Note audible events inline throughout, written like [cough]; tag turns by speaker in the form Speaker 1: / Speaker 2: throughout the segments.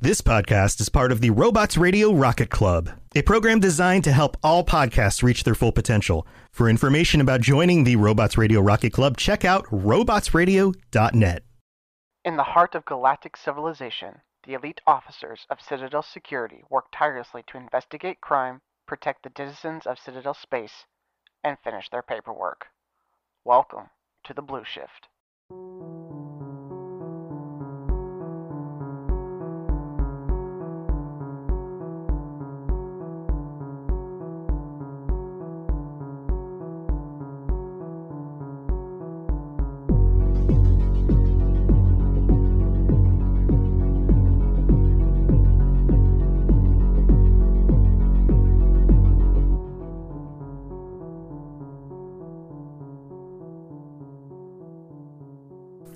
Speaker 1: This podcast is part of the Robots Radio Rocket Club, a program designed to help all podcasts reach their full potential. For information about joining the Robots Radio Rocket Club, check out robotsradio.net.
Speaker 2: In the heart of galactic civilization, the elite officers of Citadel Security work tirelessly to investigate crime, protect the citizens of Citadel space, and finish their paperwork. Welcome to the Blue Shift.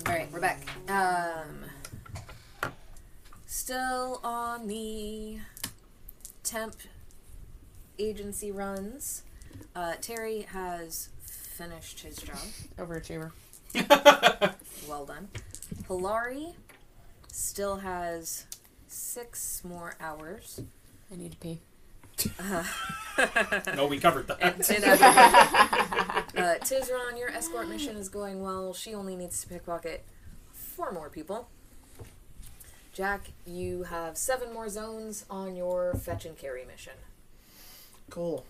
Speaker 3: All right, we're back. Um, still on the temp agency runs. Uh, Terry has finished his job.
Speaker 4: Overachiever.
Speaker 3: Well done. Hilari still has six more hours.
Speaker 4: I need to pee.
Speaker 5: No, we covered that.
Speaker 3: And Tin uh, Tizron, your escort mission is going well. She only needs to pickpocket four more people. Jack, you have seven more zones on your fetch and carry mission.
Speaker 6: Cool.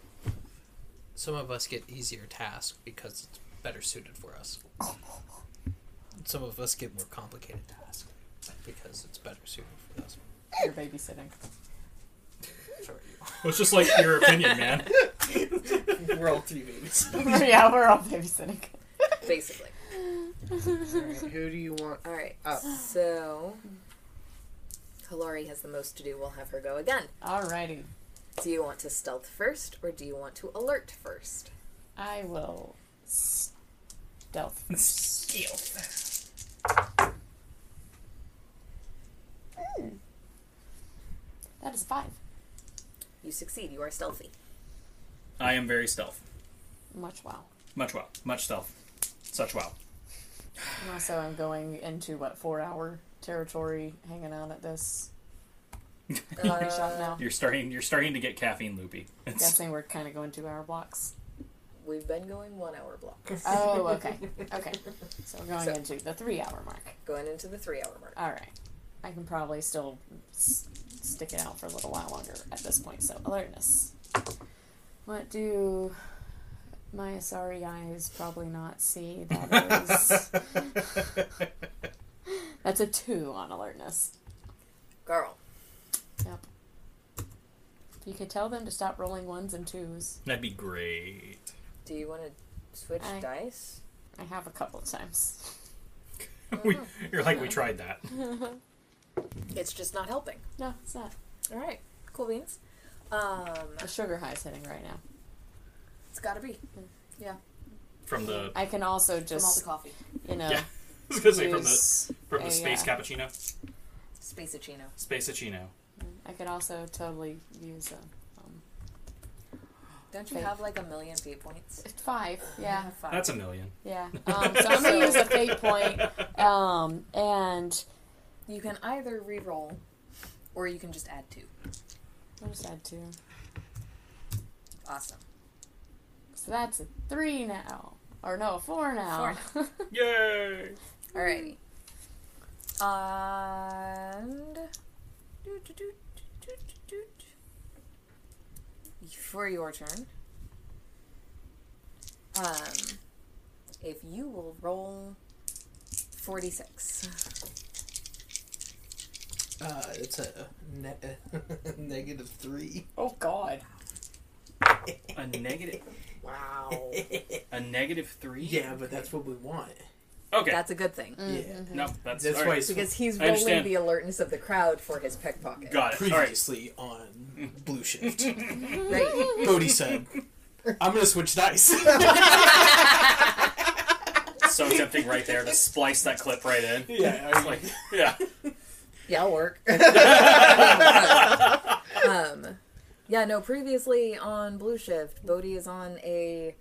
Speaker 5: Some of us get easier tasks because it's better suited for us. Some of us get more complicated tasks because it's better suited for us.
Speaker 4: You're babysitting.
Speaker 5: Sorry.
Speaker 7: It's just like your opinion, man.
Speaker 6: We're all three babies.
Speaker 4: [laughs] yeah, we're all babysitting.
Speaker 3: Basically.
Speaker 6: Who do you want?
Speaker 3: All right.
Speaker 6: Oh.
Speaker 3: So, Hilari has the most to do. We'll have her go again.
Speaker 4: Alrighty.
Speaker 3: Do you want to stealth first, or do you want to alert first?
Speaker 4: I will stealth.
Speaker 6: Steal.
Speaker 4: Hmm. That is five.
Speaker 3: You succeed. You are stealthy.
Speaker 7: I am very stealth.
Speaker 4: Much wow.
Speaker 7: Much wow. Much stealth. Such wow.
Speaker 4: And also, I'm going into what four hour territory, hanging out at [laughs] this coffee shop now.
Speaker 7: You're starting. You're starting to get caffeine loopy. It's-
Speaker 4: Guessing we're kind of going two hour blocks.
Speaker 3: We've been going one hour blocks.
Speaker 4: Oh, okay, okay. So we're going into the three hour mark.
Speaker 3: Going into the three hour mark.
Speaker 4: All right. I can probably still s- stick it out for a little while longer at this point. So alertness. What do my sorry eyes probably not see? That is. That's a two on alertness.
Speaker 3: Girl.
Speaker 4: Yep. You could tell them to stop rolling ones and twos.
Speaker 7: That'd
Speaker 3: [laughs]
Speaker 7: be great.
Speaker 3: Do you want to switch
Speaker 4: Aye.
Speaker 3: dice?
Speaker 4: I have a couple of times.
Speaker 7: we, you're like we tried that.
Speaker 3: It's just not helping.
Speaker 4: No, it's not.
Speaker 3: All right, cool beans. Um,
Speaker 4: The sugar high's hitting right now.
Speaker 3: it's gotta be [laughs]
Speaker 7: From the I
Speaker 4: I can also
Speaker 3: from all the
Speaker 4: just,
Speaker 3: coffee.
Speaker 4: you know,
Speaker 7: Yeah, was gonna say from the
Speaker 4: use
Speaker 7: from
Speaker 4: a,
Speaker 7: the space
Speaker 4: uh,
Speaker 7: cappuccino,
Speaker 3: Spaceachino.
Speaker 7: space cappuccino.
Speaker 4: I could also totally use a um,
Speaker 3: Don't you
Speaker 4: Fake.
Speaker 3: have like a million fate points?
Speaker 4: five.
Speaker 3: I
Speaker 4: Yeah.
Speaker 3: have five.
Speaker 7: That's a million.
Speaker 3: [laughs]
Speaker 4: Yeah. Um, so I'm gonna use a fate point, um, and
Speaker 3: You can either re-roll, or you can just add two.
Speaker 4: I just add two.
Speaker 3: Awesome.
Speaker 4: So that's a three now, or no, a four now.
Speaker 3: [laughs]
Speaker 7: Yay!
Speaker 3: Alrighty. And doot, doot, doot, doot, doot, doot. for your turn, um, if you will roll forty-six.
Speaker 6: Uh, it's a ne- [laughs] negative three.
Speaker 4: oh God.
Speaker 7: A negative,
Speaker 3: [laughs]
Speaker 7: [laughs]
Speaker 3: Wow,
Speaker 7: a negative three.
Speaker 6: Yeah, but that's what we want.
Speaker 7: Okay.
Speaker 3: that's a good thing
Speaker 8: Mm.
Speaker 6: Yeah.
Speaker 7: no, that's,
Speaker 6: That's
Speaker 7: all
Speaker 6: why
Speaker 7: right.
Speaker 6: it's
Speaker 3: because he's
Speaker 7: I
Speaker 3: rolling
Speaker 7: understand.
Speaker 3: the alertness of the crowd for his pickpocket.
Speaker 7: [laughs] Got it. All right.
Speaker 6: previously on
Speaker 7: Mm-hmm.
Speaker 6: Blue
Speaker 7: [laughs]
Speaker 6: Shift.
Speaker 3: Right.
Speaker 6: Bodhi said, I'm gonna switch dice.
Speaker 7: So tempting right
Speaker 3: [laughs]
Speaker 7: there to splice that clip right in.
Speaker 6: yeah, I
Speaker 7: Like, [laughs] yeah.
Speaker 3: Yeah, I'll
Speaker 7: [laughs]
Speaker 3: work. [laughs] um, yeah, no, previously on Blue Shift, Bodhi is on a,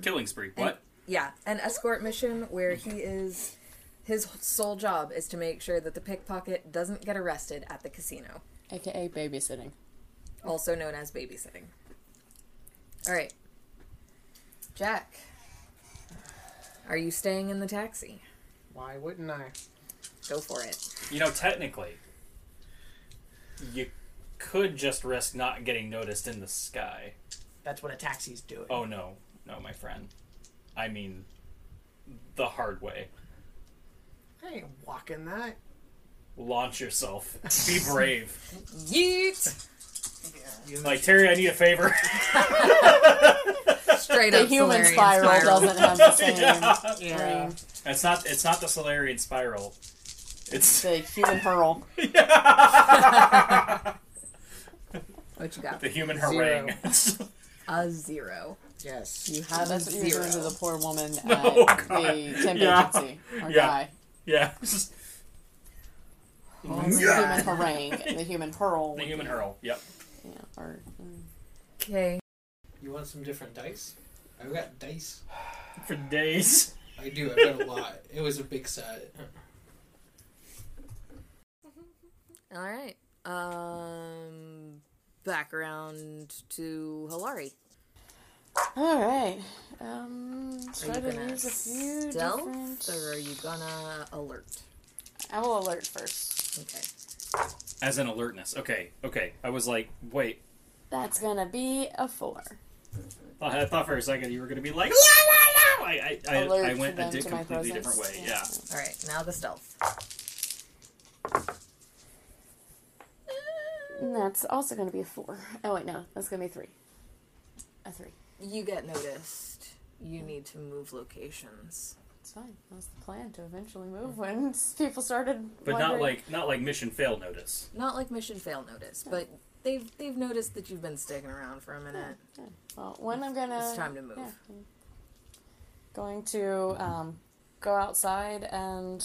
Speaker 7: Killing spree. What?
Speaker 3: yeah, an escort mission where he is His sole job is to make sure that the pickpocket doesn't get arrested at the casino,
Speaker 4: AKA babysitting.
Speaker 3: also known as babysitting. All right. Jack, are you staying in the taxi?
Speaker 2: Why wouldn't I?
Speaker 3: Go for it.
Speaker 7: You know, technically, you could just risk not getting noticed in the sky.
Speaker 2: That's what a taxi's doing.
Speaker 7: Oh no, no, my friend. I mean, the hard way.
Speaker 2: I ain't walking that.
Speaker 7: Launch yourself.
Speaker 2: [laughs]
Speaker 7: Be brave.
Speaker 3: Yeet!
Speaker 7: like Terry, I need a favor.
Speaker 3: [laughs]
Speaker 7: [laughs]
Speaker 3: Straight
Speaker 4: The
Speaker 3: up
Speaker 4: human
Speaker 3: Solarian
Speaker 4: spiral, doesn't have the same.
Speaker 3: Yeah.
Speaker 4: ring.
Speaker 7: it's not. It's not the Solarian spiral. It's
Speaker 4: The human hurl.
Speaker 3: What you got?
Speaker 7: the human
Speaker 2: Zero.
Speaker 7: harangue.
Speaker 3: A zero.
Speaker 2: Yes.
Speaker 4: You have That's Oh, what you're
Speaker 3: zero.
Speaker 4: doing to the poor [laughs] woman at
Speaker 7: No, God.
Speaker 4: the temp
Speaker 7: Yeah.
Speaker 4: agency. Or
Speaker 7: Yeah.
Speaker 4: guy.
Speaker 7: [laughs]
Speaker 2: [laughs]
Speaker 7: yeah.
Speaker 4: The human harangue. The human [laughs] hurl.
Speaker 7: The human hurl. Yep.
Speaker 4: Yeah, or, mm.
Speaker 3: Okay.
Speaker 5: You want some different dice? I've got dice.
Speaker 7: For days.
Speaker 5: I do. I've got a lot. It was a big set.
Speaker 3: All right. Um, back around to Hilari.
Speaker 4: All right. Um, should
Speaker 3: Are
Speaker 4: I
Speaker 3: you gonna
Speaker 4: use a few
Speaker 3: stealth,
Speaker 4: different?
Speaker 3: or are you gonna alert?
Speaker 4: I will alert first.
Speaker 3: Okay.
Speaker 7: As an alertness. Okay. Okay. I was like, wait.
Speaker 4: That's gonna be a four.
Speaker 7: I thought for a second you were going to be like, la la la. I, I, I,
Speaker 4: Alert
Speaker 7: I went
Speaker 4: them
Speaker 7: a
Speaker 4: to
Speaker 7: di-
Speaker 4: my
Speaker 7: completely different
Speaker 4: presence.
Speaker 7: way. Yeah.
Speaker 3: All right. Now the stealth.
Speaker 4: And that's also gonna be a four. Oh wait, no, that's gonna be a three. A three.
Speaker 3: You get noticed. You need to move locations.
Speaker 4: It's fine. That was the plan to eventually move when [laughs] people started.
Speaker 7: But not
Speaker 4: wondering-
Speaker 7: like not like mission fail notice.
Speaker 3: Not like mission fail notice, but they've they've noticed that you've been sticking around for a minute.
Speaker 4: Yeah. Well, when I'm gonna.
Speaker 3: It's time to move.
Speaker 4: yeah. Going to um, go outside and.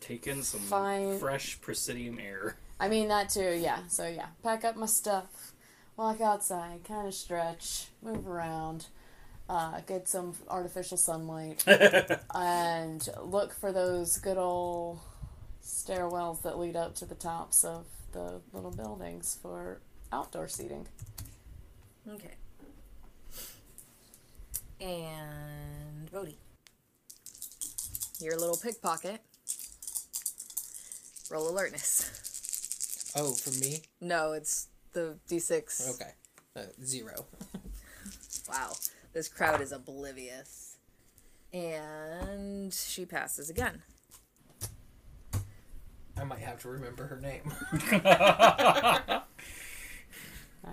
Speaker 7: Take in some
Speaker 4: Fine.
Speaker 7: fresh Presidium air.
Speaker 4: I mean that too. Yeah. So yeah, pack up my stuff, walk outside, kind of stretch, move around, uh, get some artificial sunlight, and look for those good old stairwells that lead up to the tops of the little buildings for outdoor seating.
Speaker 3: Okay. And Bodhi. Your little pickpocket. Roll alertness.
Speaker 5: Oh, for me?
Speaker 3: No, it's the D6.
Speaker 5: Okay. Uh, zero.
Speaker 3: Wow. This crowd is oblivious. And she passes again.
Speaker 5: I might have to remember her name.
Speaker 8: [laughs]
Speaker 4: I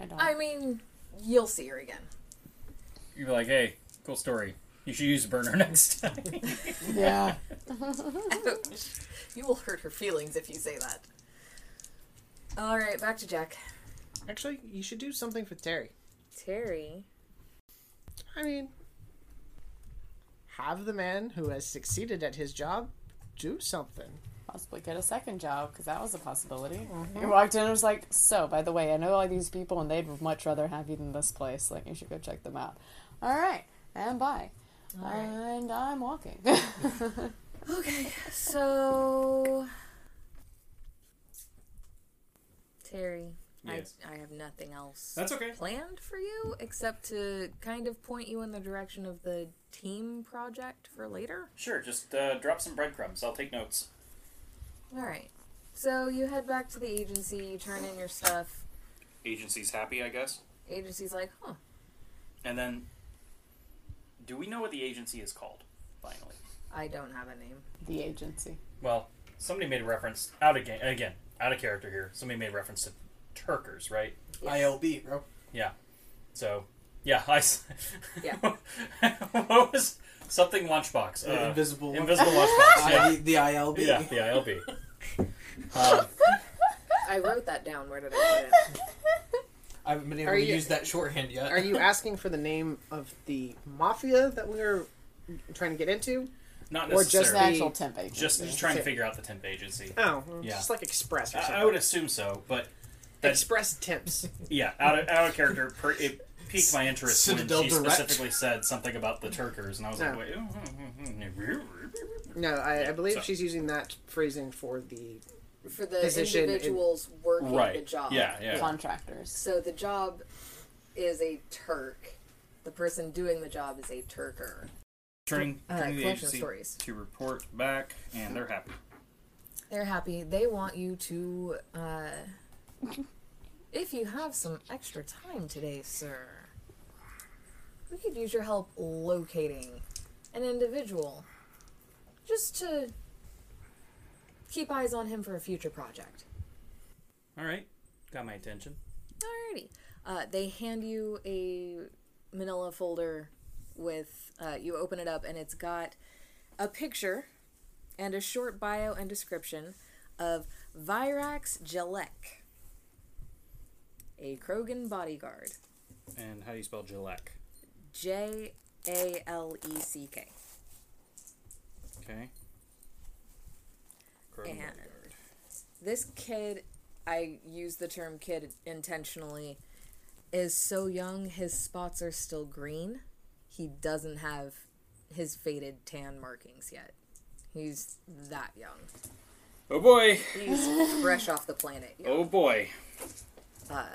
Speaker 4: don't.
Speaker 3: I mean, you'll see her again.
Speaker 7: You'd be like, hey, cool story. You should use burner [laughs] next time.
Speaker 4: yeah.
Speaker 3: you will hurt her feelings if you say that. All right, back to Jack.
Speaker 2: Actually, you should do something for Terry.
Speaker 3: Terry.
Speaker 2: I mean, have the man who has succeeded at his job do something.
Speaker 4: possibly get a second job because that was a possibility.
Speaker 3: Mm-hmm.
Speaker 4: You walked in and was like, "So, by the way, I know all these people, and they'd much rather have you than this place. Like, you should go check them out." All right, and bye. And I'm walking. [laughs]
Speaker 3: Okay, so Terry,
Speaker 7: Yes.
Speaker 3: I, I have nothing else
Speaker 7: That's okay.
Speaker 3: planned for you except to kind of point you in the direction of the team project for later.
Speaker 7: Sure, just uh, drop some breadcrumbs. I'll take notes.
Speaker 3: All right. So you head back to the agency, you turn in your stuff.
Speaker 7: Agency's happy, I guess.
Speaker 3: Agency's like, "Huh,
Speaker 7: And then, do we know what the agency is called? Finally.
Speaker 3: I don't have a name."
Speaker 4: the agency.
Speaker 7: Well, somebody made a reference out of game again, out of character here. Somebody made reference to Turkers, right?
Speaker 5: ILB, bro.
Speaker 7: Yeah. So, yeah, [laughs] I. s-
Speaker 3: Yeah.
Speaker 7: [laughs] what was something lunchbox? uh,
Speaker 5: The invisible-
Speaker 7: Invisible lunchbox. [laughs]
Speaker 5: I,
Speaker 7: Yeah.
Speaker 5: the ILB.
Speaker 7: yeah, the ILB. Um,
Speaker 3: I wrote that down. Where did I put it?
Speaker 5: I haven't been able
Speaker 2: Are
Speaker 5: to
Speaker 2: you-
Speaker 5: use that shorthand yet. [laughs]
Speaker 2: Are you asking for the name of the mafia that we are trying to get into?
Speaker 7: not
Speaker 2: Or just
Speaker 4: The
Speaker 7: necessarily.
Speaker 4: actual temp agency.
Speaker 7: Just, just trying to figure out the temp agency.
Speaker 2: Oh,
Speaker 7: Yeah.
Speaker 2: just like Express or something.
Speaker 7: I, I would assume so, but that's
Speaker 2: Express Temps.
Speaker 7: [laughs] Yeah, out of, out of character, per, it piqued my interest when
Speaker 5: Citadel
Speaker 7: she
Speaker 5: Direct.
Speaker 7: oh, specifically said something about the Turkers, and I was like,
Speaker 2: Oh.
Speaker 7: wait.
Speaker 9: No, I, I believe
Speaker 7: so-
Speaker 9: she's using that phrasing for the.
Speaker 3: [laughs] for the
Speaker 9: Position in-
Speaker 3: individuals working the
Speaker 7: Right.
Speaker 3: job.
Speaker 7: Yeah, yeah.
Speaker 4: Contractors.
Speaker 3: So the job is a Turk. The person doing the job is a Turker.
Speaker 7: Turning,
Speaker 3: Uh,
Speaker 7: turning the
Speaker 3: collection of
Speaker 7: agency
Speaker 3: stories.
Speaker 7: to report back, and they're happy.
Speaker 3: They're happy. They want you to, uh, if you have some extra time today, sir, we could use your help locating an individual just to keep eyes on him for a future project.
Speaker 7: All right, got my attention.
Speaker 3: Alrighty. Uh, they hand you a manila folder with, uh, you open it up, and it's got a picture and a short bio and description of Virax Jalek, a Krogan bodyguard.
Speaker 7: And how do you spell Jalek?
Speaker 3: J A L E C K.
Speaker 7: Okay. Crow
Speaker 3: And-
Speaker 7: Bodyguard.
Speaker 3: this kid i use the term kid intentionally is so young his spots are still green he doesn't have his faded tan markings yet he's that young
Speaker 7: Oh boy!
Speaker 3: he's fresh off the planet
Speaker 7: Oh boy!
Speaker 3: uh,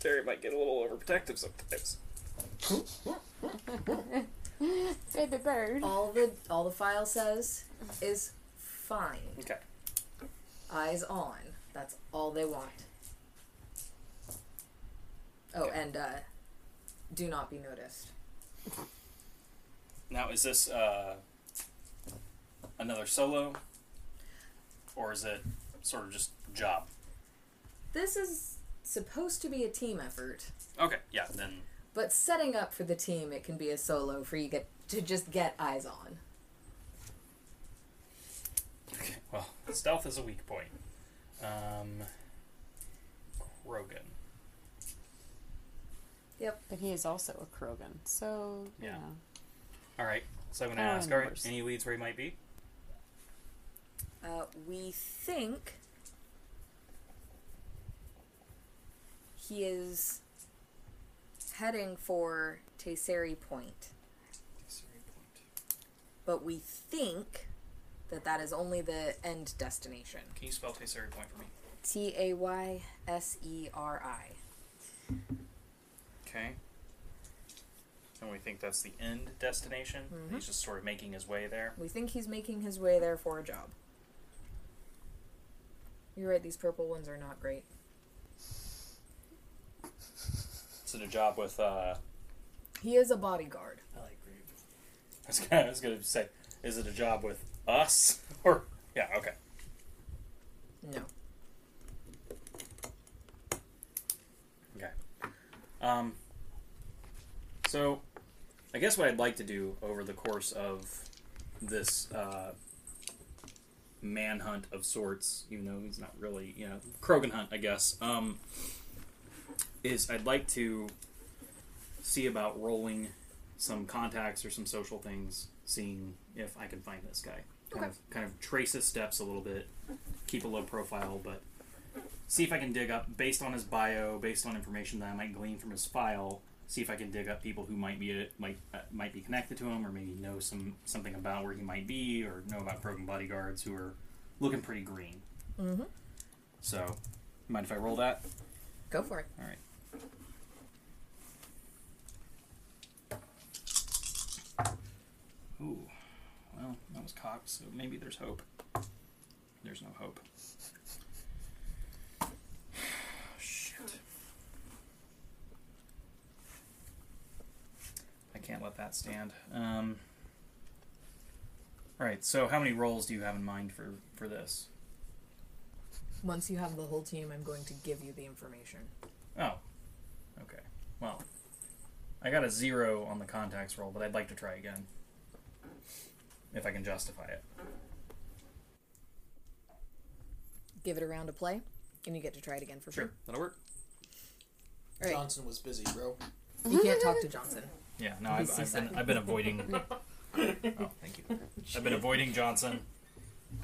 Speaker 7: Terry might get a little overprotective sometimes.
Speaker 4: Baby bird.
Speaker 3: all the all the file says is fine
Speaker 7: Okay.
Speaker 3: eyes on that's all they want oh and uh do not be noticed
Speaker 7: Now, is this uh, another solo, or is it sort of just job?
Speaker 3: this is supposed to be a team effort
Speaker 7: Okay, yeah, then
Speaker 3: But setting up for the team, it can be a solo for you get to just get eyes on.
Speaker 7: Okay, well, stealth is a weak point. Um, Krogan.
Speaker 4: But he is also a Krogan, so you
Speaker 7: Yeah.
Speaker 4: know.
Speaker 7: All right, so I'm gonna
Speaker 4: Oh,
Speaker 7: ask. All right,
Speaker 4: numbers.
Speaker 7: any leads where he might be?
Speaker 3: Uh, we think he is heading for Tesseri Point, but we think that that is only the end destination.
Speaker 7: Can you spell Tesseri Point for me?
Speaker 3: T A Y S E R I.
Speaker 7: Okay. And we think that's the end destination. He's just sort of making his way there.
Speaker 3: We think he's making his way there for a job. You're right; these purple ones are not great.
Speaker 7: Is it a job with? Uh, [laughs]
Speaker 3: He is a bodyguard.
Speaker 5: I like grape.
Speaker 7: I was gonna, I was gonna say, is it a job with us [laughs] or? Yeah. Okay.
Speaker 3: No.
Speaker 7: Okay. Um, so, I guess what I'd like to do over the course of this uh, manhunt of sorts, even though he's not really, you know, Krogan hunt, I guess, um, is I'd like to see about rolling some contacts or some social things, seeing if I can find this guy. Kind
Speaker 3: Okay.
Speaker 7: of, kind of trace his steps a little bit, keep a low profile, but see if I can dig up based on his bio, based on information that I might glean from his file. See if I can dig up people who might be might uh, might be connected to him, or maybe know some something about where he might be, or know about broken bodyguards who are looking pretty green. Mm-hmm. So, mind if I roll that?
Speaker 3: Go for it.
Speaker 7: All right. Ooh, well, that was cocked, so maybe there's hope. There's no hope. Shit. I can't let that stand. Um, all right, so how many rolls do you have in mind for, for this?
Speaker 3: Once you have the whole team, I'm going to give you the information.
Speaker 7: Oh. Okay. Well, I got a zero on the contacts roll, but I'd like to try again. If I can justify it.
Speaker 3: Give it a round to play, and you get to try it again for free.
Speaker 7: That'll work.
Speaker 3: All right.
Speaker 6: Johnson was busy, bro.
Speaker 3: You can't talk to Johnson.
Speaker 7: Yeah, no, I've, I've, been, I've
Speaker 3: [laughs]
Speaker 7: been avoiding. oh, thank you. I've been avoiding Johnson.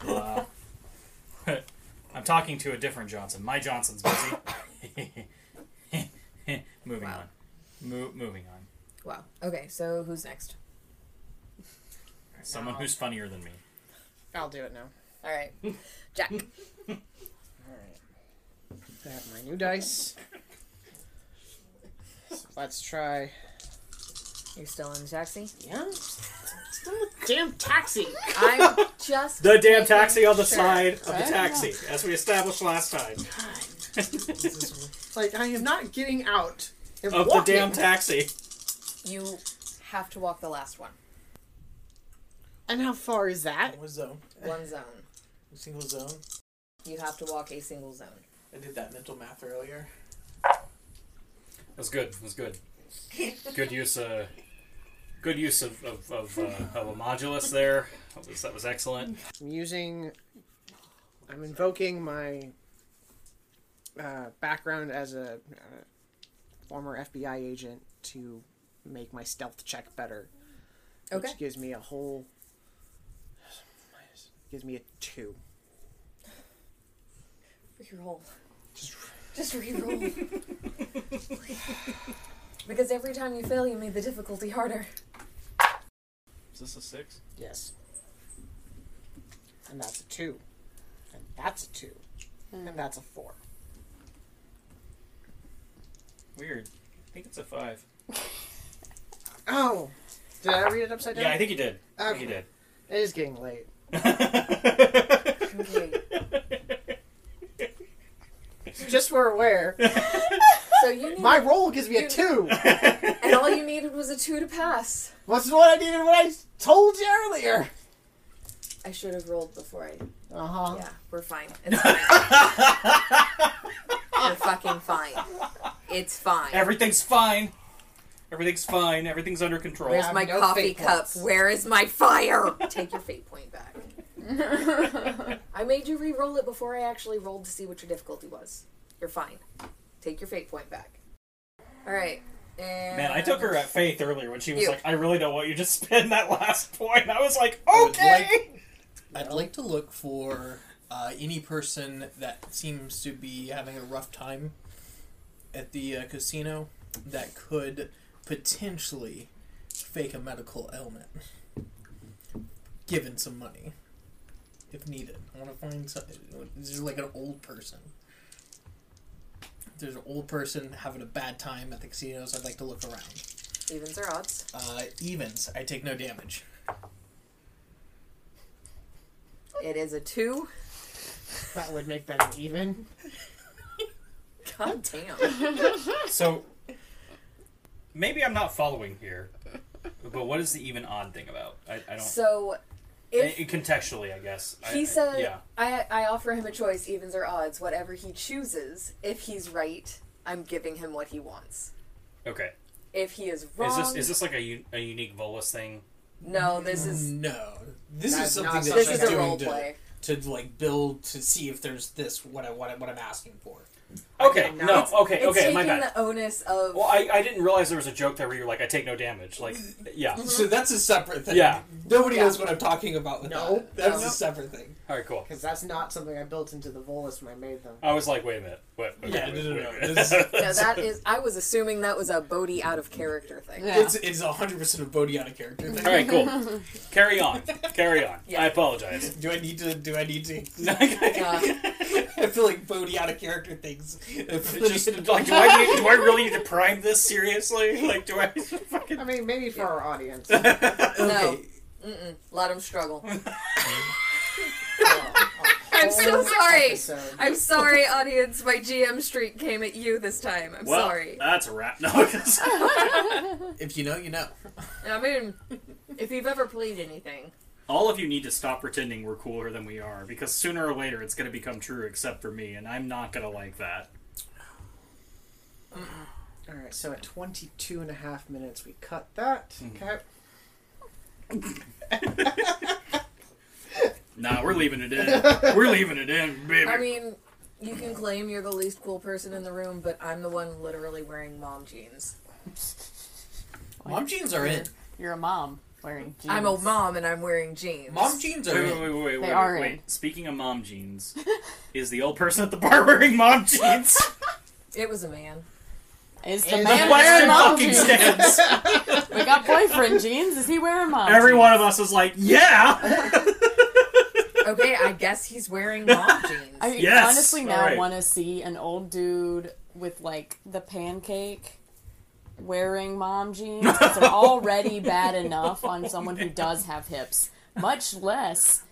Speaker 7: Uh, [laughs] I'm talking to a different Johnson. My Johnson's busy. [laughs] moving
Speaker 3: Wow.
Speaker 7: on. Mo- moving on.
Speaker 3: Wow. Okay, so who's next?
Speaker 7: Someone who's funnier than me.
Speaker 9: I'll do it now.
Speaker 3: All right, Jack.
Speaker 9: All right. I have my new dice. So let's try.
Speaker 3: You're still in the taxi.
Speaker 9: Yeah. Damn taxi.
Speaker 3: [laughs] I'm just
Speaker 7: The damn taxi on the
Speaker 3: Sure.
Speaker 7: side of the taxi, as we established last time.
Speaker 9: Like I am not getting out. and
Speaker 7: Of the
Speaker 9: walking.
Speaker 7: damn taxi.
Speaker 3: You have to walk the last one.
Speaker 9: And how far is that?
Speaker 8: One zone.
Speaker 3: One zone.
Speaker 8: Single zone.
Speaker 3: You have to walk a single zone.
Speaker 8: I did that mental math earlier.
Speaker 7: That's good.
Speaker 3: [laughs]
Speaker 7: That's good. Good use. Uh, good use of of, of, uh, of a modulus there. That was, that was excellent.
Speaker 9: I'm using. I'm invoking my uh, background as a uh, former FBI agent to make my stealth check better.
Speaker 3: Okay.
Speaker 9: Which gives me a whole. Gives me a two.
Speaker 3: Reroll. Just reroll. because every time you fail, you made the difficulty harder.
Speaker 7: Is this a six?
Speaker 9: Yes. And that's a two. And that's a two. And that's a four.
Speaker 7: Weird. I think it's a five.
Speaker 9: Oh! Did I read it upside down?
Speaker 7: Yeah, I think you did. I think you
Speaker 9: Okay.
Speaker 7: did.
Speaker 9: It is getting late.
Speaker 3: Okay.
Speaker 9: Just so
Speaker 7: [laughs]
Speaker 9: we're aware,
Speaker 3: So you need,
Speaker 9: my roll gives me a two.
Speaker 3: and all you needed was a two to pass.
Speaker 9: What's what I needed what I told you earlier.
Speaker 3: I should have rolled before I.
Speaker 9: Uh huh.
Speaker 3: Yeah, we're fine. It's fine. we're fucking fine. It's fine.
Speaker 7: [laughs] Everything's fine. Everything's fine. Everything's under control.
Speaker 3: Where's
Speaker 9: Yeah,
Speaker 3: my
Speaker 9: no
Speaker 3: coffee
Speaker 9: fate
Speaker 3: cup?
Speaker 9: points.
Speaker 3: Where is my fire? Take your fate point back. [laughs] I made you re-roll it before I actually rolled to see what your difficulty was. You're fine. Take your fate point back. All right. And
Speaker 7: Man, I took her at faith earlier when she was
Speaker 3: You.
Speaker 7: like, "I really don't want you to [laughs] spend that last point." I was like,
Speaker 8: would
Speaker 7: "Okay."
Speaker 8: I'd like to look for uh, any person that seems to be having a rough time at the uh, casino that could potentially fake a medical ailment, given some money if needed. I want to find some. Is there like an old person? If there's an old person having a bad time at the casinos, I'd like to look around.
Speaker 3: evens or odds.
Speaker 8: Uh, evens, I take no damage.
Speaker 3: It is a two.
Speaker 9: That would make that an even.
Speaker 3: God damn.
Speaker 7: So maybe I'm not following here, but what is the even odd thing about? I, I don't.
Speaker 3: So
Speaker 7: I-
Speaker 3: if
Speaker 7: I- contextually, I guess. I- I-
Speaker 3: he said,
Speaker 7: "Yeah."
Speaker 3: I, I offer him a choice, evens or odds, whatever he chooses. If he's right, I'm giving him what he wants.
Speaker 7: Okay.
Speaker 3: If he is wrong,
Speaker 7: Is this is this like a, u- a unique Volus thing?
Speaker 3: no, this is
Speaker 8: No, this
Speaker 9: That's
Speaker 8: is something
Speaker 9: not
Speaker 8: that
Speaker 3: this
Speaker 9: she's
Speaker 3: is
Speaker 8: I'm
Speaker 3: a
Speaker 9: doing
Speaker 3: role
Speaker 8: doing
Speaker 3: play.
Speaker 8: to, to like build to see if there's this what I what, I, what I'm asking for.
Speaker 7: Okay.
Speaker 9: no.
Speaker 7: No.
Speaker 9: It's-
Speaker 7: Okay.
Speaker 3: It's
Speaker 7: Okay.
Speaker 3: taking
Speaker 7: My bad.
Speaker 3: the onus of
Speaker 7: Well, I, I didn't realize there was a joke there where you're like, "I take no damage."
Speaker 3: [laughs]
Speaker 7: Like, yeah.
Speaker 3: Mm-hmm.
Speaker 8: So that's a separate thing.
Speaker 7: Yeah.
Speaker 8: Nobody
Speaker 3: Yeah.
Speaker 8: knows what I'm talking about with
Speaker 9: No.
Speaker 8: that. That's
Speaker 9: No.
Speaker 8: a separate thing.
Speaker 7: All right. Cool.
Speaker 9: Because that's not something I built into the volus when I made them.
Speaker 7: I was like, "Wait a minute." Wait, wait,
Speaker 8: Yeah,
Speaker 7: wait,
Speaker 8: no, no,
Speaker 7: wait,
Speaker 8: no. [laughs]
Speaker 7: wait.
Speaker 8: This is-
Speaker 3: no, that is. I was assuming that was a Bodhi out of character thing.
Speaker 9: Yeah.
Speaker 8: It's it's hundred percent a Bodiana character thing.
Speaker 7: All right,
Speaker 3: [laughs]
Speaker 7: cool. Carry on. Carry on.
Speaker 3: Yeah.
Speaker 8: [laughs]
Speaker 7: I apologize.
Speaker 8: Do I need to? Do I [laughs] need to?
Speaker 3: Uh,
Speaker 8: [laughs] I feel like Bodiana character things. [laughs]
Speaker 7: Just, like, do I, need, do I really need to prime this seriously? [laughs] Like, do I fucking?
Speaker 9: I mean, maybe for our [laughs] audience.
Speaker 3: No, let him
Speaker 7: [laughs]
Speaker 3: struggle. I'm so sorry.
Speaker 9: Episode.
Speaker 3: I'm sorry, audience. My GM streak came at you this time. I'm
Speaker 7: Well, uh,
Speaker 3: sorry.
Speaker 7: that's a wrap. [laughs] No, it's-
Speaker 8: If you know, you know.
Speaker 3: I mean, if you've ever played anything,
Speaker 7: all of you need to stop pretending we're cooler than we are because sooner or later it's going to become true, except for me, and I'm not going to like that.
Speaker 9: All right, so at 22 and a half minutes, we cut that. Okay.
Speaker 7: Nah, we're leaving it in. We're leaving it in, baby.
Speaker 3: I mean, you can claim you're the least cool person in the room, but I'm the one literally wearing mom jeans.
Speaker 8: Mom jeans are in.
Speaker 4: [laughs] You're a mom wearing jeans.
Speaker 3: I'm a mom and I'm wearing jeans.
Speaker 8: Mom jeans
Speaker 7: Wait,
Speaker 8: are
Speaker 7: wait,
Speaker 8: in.
Speaker 7: wait, wait, wait,
Speaker 4: They
Speaker 7: wait,
Speaker 4: are
Speaker 7: wait.
Speaker 4: in.
Speaker 7: Speaking of
Speaker 4: [laughs]
Speaker 7: mom [laughs] jeans, is the old person at the bar wearing mom jeans?
Speaker 3: It was a man.
Speaker 4: Is the
Speaker 9: Is
Speaker 4: man wearing
Speaker 9: the question
Speaker 4: mom
Speaker 7: fucking
Speaker 4: jeans?
Speaker 7: stands.
Speaker 4: We got boyfriend jeans. Is he wearing mom?
Speaker 7: Every
Speaker 4: jeans?
Speaker 7: one of us is like,
Speaker 4: [laughs]
Speaker 7: yeah.
Speaker 3: Okay, I guess he's wearing mom jeans.
Speaker 4: I
Speaker 7: Yes!
Speaker 4: honestly
Speaker 7: All
Speaker 4: now
Speaker 7: right.
Speaker 4: want to see an old dude with like the pancake wearing mom jeans 'cause
Speaker 7: [laughs]
Speaker 4: they're already bad enough on someone who does have hips, much
Speaker 7: [laughs]
Speaker 4: less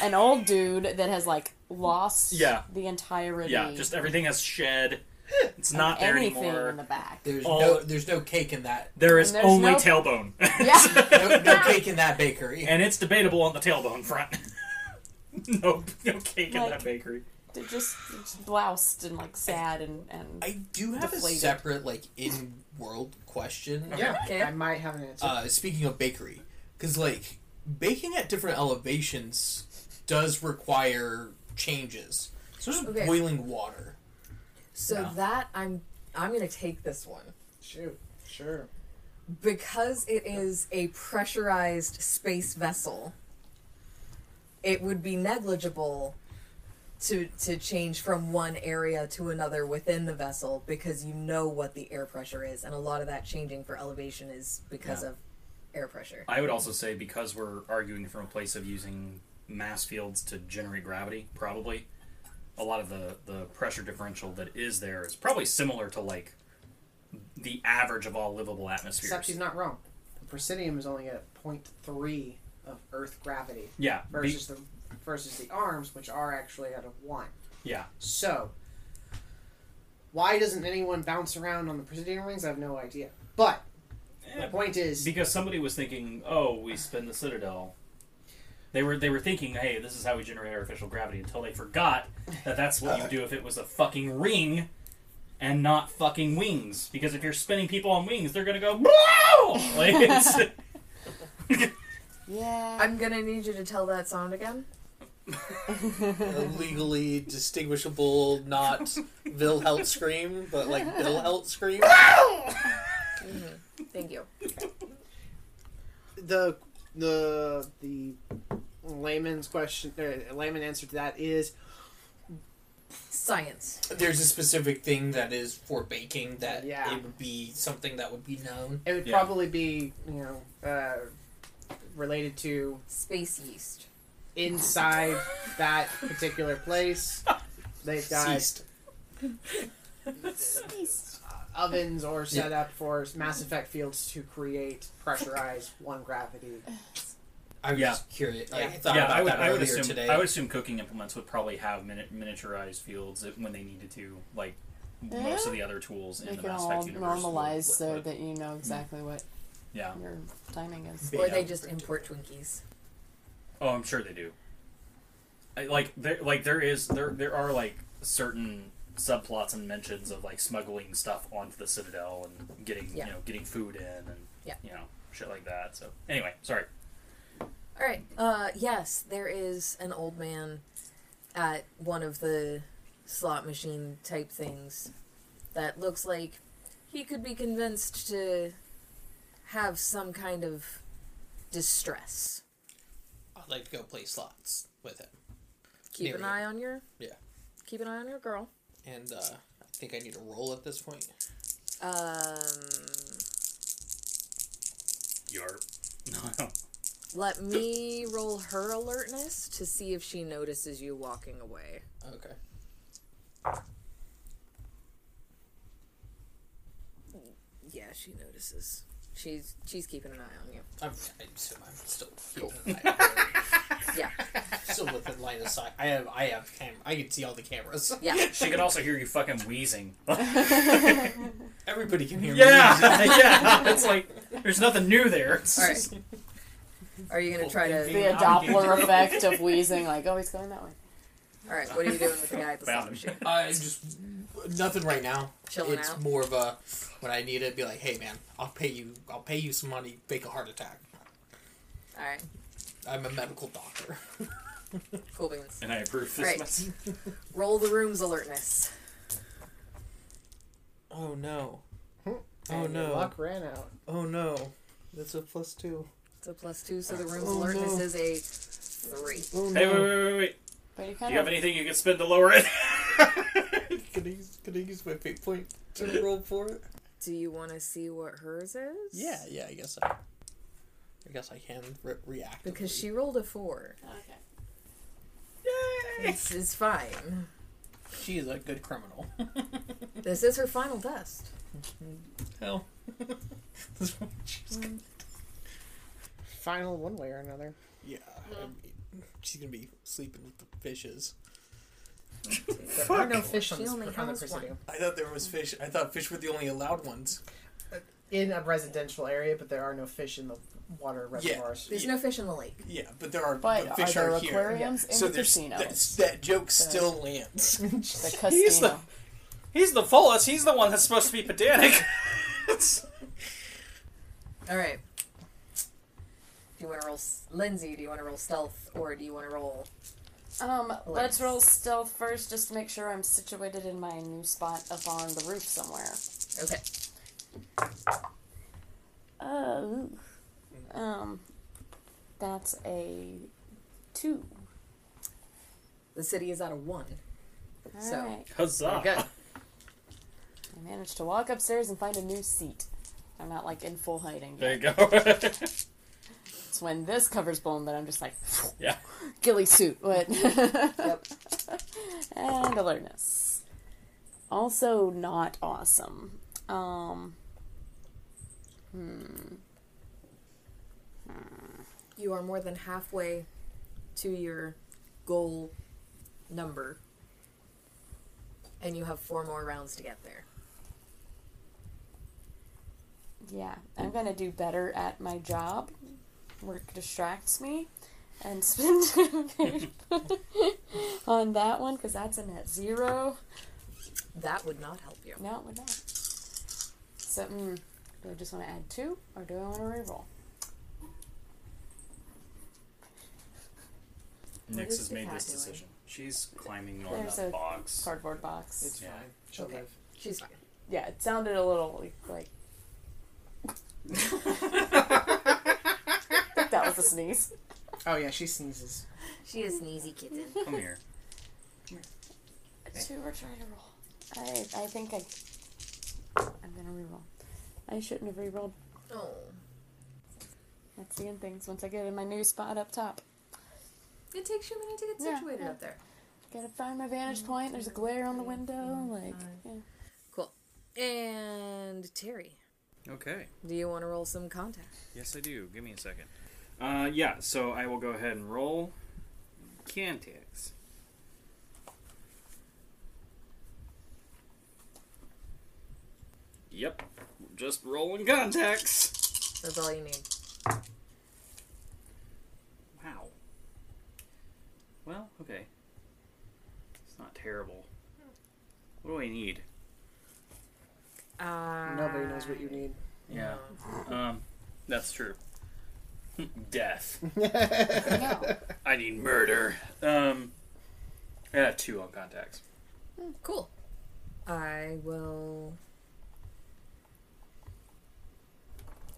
Speaker 4: an old dude that has like lost
Speaker 7: Yeah.
Speaker 4: the entirety
Speaker 7: yeah, just everything has shed. It's
Speaker 4: of
Speaker 7: not there
Speaker 4: anything
Speaker 7: anymore.
Speaker 4: in the back.
Speaker 8: There's
Speaker 7: All-
Speaker 8: no there's no cake in that
Speaker 7: there is
Speaker 4: And there's
Speaker 7: only
Speaker 4: no-
Speaker 7: tailbone. [laughs]
Speaker 4: Yeah.
Speaker 8: no,
Speaker 9: [laughs]
Speaker 8: no cake in that bakery.
Speaker 7: and it's debatable on the tailbone front. [laughs] no, no cake in
Speaker 4: Like-
Speaker 7: that bakery.
Speaker 4: [laughs] They're just, just bloused and like sad and, and
Speaker 8: I do have
Speaker 4: Deflated.
Speaker 8: a separate like in world question.
Speaker 9: Yeah,
Speaker 3: Okay.
Speaker 9: I might have an answer.
Speaker 8: Uh, speaking of bakery, because like baking at different elevations does require changes. So there's
Speaker 3: Okay.
Speaker 8: boiling water.
Speaker 3: So that I'm I'm gonna take this one
Speaker 9: Shoot, sure.
Speaker 3: because it is a pressurized space vessel. It would be negligible to to change from one area to another within the vessel because you know what the air pressure is, and a lot of that changing for elevation is because
Speaker 7: Yeah.
Speaker 3: of air pressure.
Speaker 7: I would also say because we're arguing from a place of using mass fields to generate gravity, probably a lot of the the pressure differential that is there is probably similar to like the average of all livable atmospheres.
Speaker 9: Except she's not wrong. The Presidium is only at 0.3 of Earth gravity
Speaker 7: yeah, be-
Speaker 9: versus the versus the arms, which are actually at a one.
Speaker 7: yeah.
Speaker 9: So, why doesn't anyone bounce around on the Presidium rings? I have no idea. But the point is,
Speaker 7: Because somebody was thinking, "Oh, we spin the citadel." They were they were thinking, "Hey, this is how we generate artificial gravity." Until they forgot that that's what you do if it was a fucking ring, and not fucking wings. Because if you're spinning people on wings, they're gonna go. "Blow!" [laughs] Like, it's-
Speaker 4: yeah.
Speaker 3: I'm gonna need you to tell that sound again.
Speaker 8: A legally distinguishable, not Wilhelm scream, but like Wilhelm scream.
Speaker 3: Thank you.
Speaker 9: the the the layman's question, uh, layman answer to that is
Speaker 3: Science.
Speaker 8: There's a specific thing that is for baking that
Speaker 9: Yeah.
Speaker 8: it would be something that would be known.
Speaker 9: it would
Speaker 7: Yeah.
Speaker 9: probably be you know uh, related to
Speaker 3: Space yeast.
Speaker 9: inside that particular place. They've got
Speaker 8: Ceased.
Speaker 9: ovens or set up for Mass Effect fields to create pressurized one gravity.
Speaker 8: I was
Speaker 7: Yeah.
Speaker 8: just curious. I
Speaker 9: Yeah.
Speaker 8: thought
Speaker 7: yeah,
Speaker 8: about
Speaker 7: I would,
Speaker 8: that
Speaker 7: I would
Speaker 8: earlier
Speaker 7: assume
Speaker 8: today.
Speaker 7: I would assume cooking implements would probably have mini- miniaturized fields if- when they needed to, like most of the other tools in
Speaker 4: Make
Speaker 7: the
Speaker 4: it
Speaker 7: Mass
Speaker 4: all
Speaker 7: Effect universe.
Speaker 4: normalized
Speaker 7: would-
Speaker 4: so
Speaker 7: would-
Speaker 4: that you know exactly what
Speaker 7: yeah.
Speaker 4: your timing is.
Speaker 8: Yeah.
Speaker 3: Or they just import Twinkies.
Speaker 7: Oh, I'm sure they do. I, like there, like there is there there are like certain subplots and mentions of like smuggling stuff onto the Citadel and getting
Speaker 3: Yeah.
Speaker 7: you know getting food in and
Speaker 3: Yeah.
Speaker 7: you know shit like that. So anyway, sorry.
Speaker 3: All right. Uh, yes, there is an old man at one of the slot machine type things that looks like he could be convinced to have some kind of distress.
Speaker 8: I'd like to go play slots with him.
Speaker 3: Keep
Speaker 8: Near
Speaker 3: an
Speaker 8: you.
Speaker 3: eye on your
Speaker 8: Yeah.
Speaker 3: Keep an eye on your girl.
Speaker 8: And uh, I think I need a roll at this point.
Speaker 3: Um,
Speaker 7: Yarp. No, no.
Speaker 3: let me roll her alertness to see if she notices you walking away.
Speaker 8: Okay.
Speaker 3: Yeah, she notices. She's she's keeping an eye on you.
Speaker 8: I'm, I'm, so, I'm still keeping an eye
Speaker 3: Yeah,
Speaker 8: out. still within line of sight. I have I have cam- I can see all the cameras.
Speaker 3: yeah.
Speaker 7: [laughs] She could also hear you fucking [laughs] wheezing.
Speaker 8: [laughs] Everybody can hear
Speaker 7: yeah, yeah. [laughs] It's like there's nothing new there.
Speaker 3: All right. Are you gonna try to?
Speaker 4: The Doppler effect of wheezing, like, oh, he's going that way.
Speaker 3: All right, what are you doing with the guy at the slot
Speaker 7: Found
Speaker 3: machine?
Speaker 7: him.
Speaker 8: me. [laughs] I just nothing right now.
Speaker 3: Chilling
Speaker 8: it's
Speaker 3: out.
Speaker 8: more of a when I need it, be like, hey man, I'll pay you. I'll pay you some money. Fake a heart attack.
Speaker 3: All right,
Speaker 8: I'm a medical doctor. [laughs]
Speaker 3: cool beans.
Speaker 7: And I approve this.
Speaker 3: Right.
Speaker 7: message.
Speaker 3: Roll the room's alertness.
Speaker 8: Oh no.
Speaker 9: And your Luck ran out.
Speaker 8: Oh no. That's a plus two.
Speaker 3: It's a plus two, so the room's
Speaker 8: Oh, no.
Speaker 3: alertness is a three.
Speaker 8: Oh
Speaker 7: Hey, wait, wait, wait, wait.
Speaker 4: But you
Speaker 7: Do
Speaker 4: kind
Speaker 7: you
Speaker 4: of
Speaker 7: have anything you can spend to lower it? [laughs]
Speaker 8: Can I use, can I use my fate point to roll for it?
Speaker 3: Do you want to see what hers is?
Speaker 8: Yeah, yeah, I guess I, I guess I can re- react.
Speaker 3: Because she rolled a four.
Speaker 4: Okay.
Speaker 3: This is fine.
Speaker 8: she is a good criminal. [laughs]
Speaker 3: This is her final test.
Speaker 8: Hell, [laughs] This one, she's,
Speaker 9: Final one way or another.
Speaker 8: yeah, I mean, she's gonna be sleeping with the
Speaker 4: [laughs]
Speaker 8: fishes.
Speaker 9: There
Speaker 8: Fuck.
Speaker 9: are no fish
Speaker 3: She
Speaker 9: on, this,
Speaker 3: only
Speaker 9: on the
Speaker 3: has one.
Speaker 9: Presidio.
Speaker 8: I thought there was fish. I thought fish were the only allowed ones.
Speaker 9: In a residential area, but there are no fish in the water reservoirs.
Speaker 3: There's no fish in the lake.
Speaker 8: Yeah, but there are
Speaker 4: But
Speaker 8: but fish
Speaker 4: are there
Speaker 8: here.
Speaker 4: aquariums in
Speaker 8: so
Speaker 4: the
Speaker 8: there's,
Speaker 4: casinos?
Speaker 8: that's- that joke still lands.
Speaker 4: The
Speaker 8: [laughs]
Speaker 7: He's the
Speaker 4: casino.
Speaker 7: he's the fullest. He's the one that's supposed to be pedantic. [laughs]
Speaker 3: All right. Do you want to roll, s- Lindsay? Do you want to roll stealth, or do you want to roll?
Speaker 4: Um,
Speaker 3: Let's-
Speaker 4: let's roll stealth first, just to make sure I'm situated in my new spot up on the roof somewhere.
Speaker 3: Okay.
Speaker 4: Oh, um, that's a two.
Speaker 3: The city is at a one. So-
Speaker 4: Alright.
Speaker 7: Huzzah!
Speaker 3: Good.
Speaker 4: I managed to walk upstairs and find a new seat. I'm not like in full hiding yet.
Speaker 7: There you go. [laughs]
Speaker 4: It's when this cover's blown that I'm just like,
Speaker 7: yeah.
Speaker 4: ghillie suit, what? [laughs] and alertness. Also not awesome. Um,
Speaker 3: You are more than halfway to your goal number, and you have four more rounds to get there.
Speaker 4: yeah, I'm gonna do better at my job. Work distracts me, and [laughs] spend on that one because that's a net zero.
Speaker 3: That would not help you.
Speaker 4: No, it would not. So, mm, do I just want to add two, or do I want to reroll?
Speaker 7: Nix
Speaker 3: is
Speaker 7: has
Speaker 3: the
Speaker 7: made
Speaker 3: cat
Speaker 7: this
Speaker 3: doing?
Speaker 7: decision. She's climbing on
Speaker 4: There's
Speaker 7: that
Speaker 4: a
Speaker 7: box.
Speaker 4: Cardboard box.
Speaker 9: It's
Speaker 7: Yeah.
Speaker 9: fine. She'll
Speaker 3: Okay.
Speaker 9: live.
Speaker 3: She's fine.
Speaker 4: yeah, it sounded a little like. [laughs] I think that was a sneeze.
Speaker 9: Oh yeah, she sneezes.
Speaker 3: She is an easy kitten.
Speaker 7: Come here.
Speaker 4: Two were trying to roll. I I think I. I'm gonna reroll. I shouldn't have rerolled.
Speaker 3: Oh,
Speaker 4: That's the end things. Once I get in my new spot up top,
Speaker 3: it takes you a minute to get
Speaker 4: Yeah,
Speaker 3: situated
Speaker 4: yeah.
Speaker 3: up there.
Speaker 4: gotta find my vantage point. There's a glare on the window. Like, yeah.
Speaker 3: Cool. And Terry,
Speaker 7: Okay.
Speaker 3: do you want to roll some contact?
Speaker 7: Yes, I do. Give me a second. Uh, yeah, so I will go ahead and roll Cantix. Yep, just rolling contacts.
Speaker 3: That's all you need.
Speaker 7: Wow. Well, okay. It's not terrible. What do I need?
Speaker 3: Uh,
Speaker 9: Nobody knows what you need.
Speaker 7: Yeah. Um, that's true. [laughs]
Speaker 6: [laughs]
Speaker 7: Death.
Speaker 4: No.
Speaker 7: I need murder. Um, I got two on contacts.
Speaker 3: Cool. I will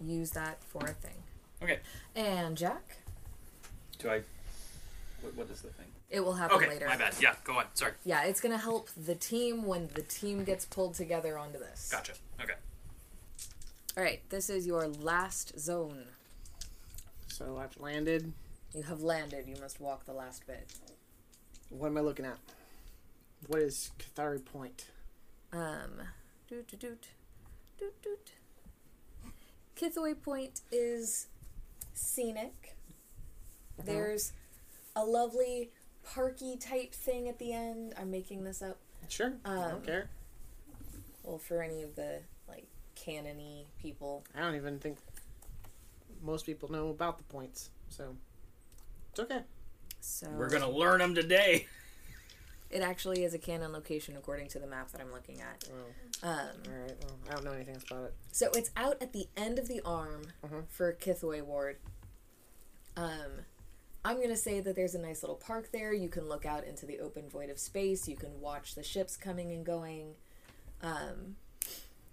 Speaker 3: use that for a thing.
Speaker 7: Okay.
Speaker 3: And Jack,
Speaker 7: Do I? What, what is the thing?
Speaker 3: it will happen
Speaker 7: Okay,
Speaker 3: later.
Speaker 7: my bad. Yeah, go on. Sorry.
Speaker 3: Yeah, it's gonna help the team when the team gets pulled together onto this.
Speaker 7: Gotcha. Okay.
Speaker 3: All right, this is your last zone.
Speaker 9: So I've landed.
Speaker 3: You have landed. You must walk the last bit.
Speaker 9: What am I looking at? What is Cathari Point?
Speaker 3: Um, doot doot doot, doot doot. Kithaway Point is scenic. Mm-hmm. There's a lovely parky type thing at the end. I'm making this up.
Speaker 9: Sure. I
Speaker 3: Um,
Speaker 9: don't care.
Speaker 3: Well, for any of the like canony people,
Speaker 9: I don't even think most people know about the points, so it's okay.
Speaker 3: so
Speaker 7: We're gonna learn them today. [laughs]
Speaker 3: It actually is a canon location according to the map that I'm looking at. Um,
Speaker 9: All right. Well, I don't know anything about it.
Speaker 3: So it's out at the end of the arm for Kithaway Ward. Um, I'm gonna say that there's a nice little park there. You can look out into the open void of space. You can watch the ships coming and going. Um,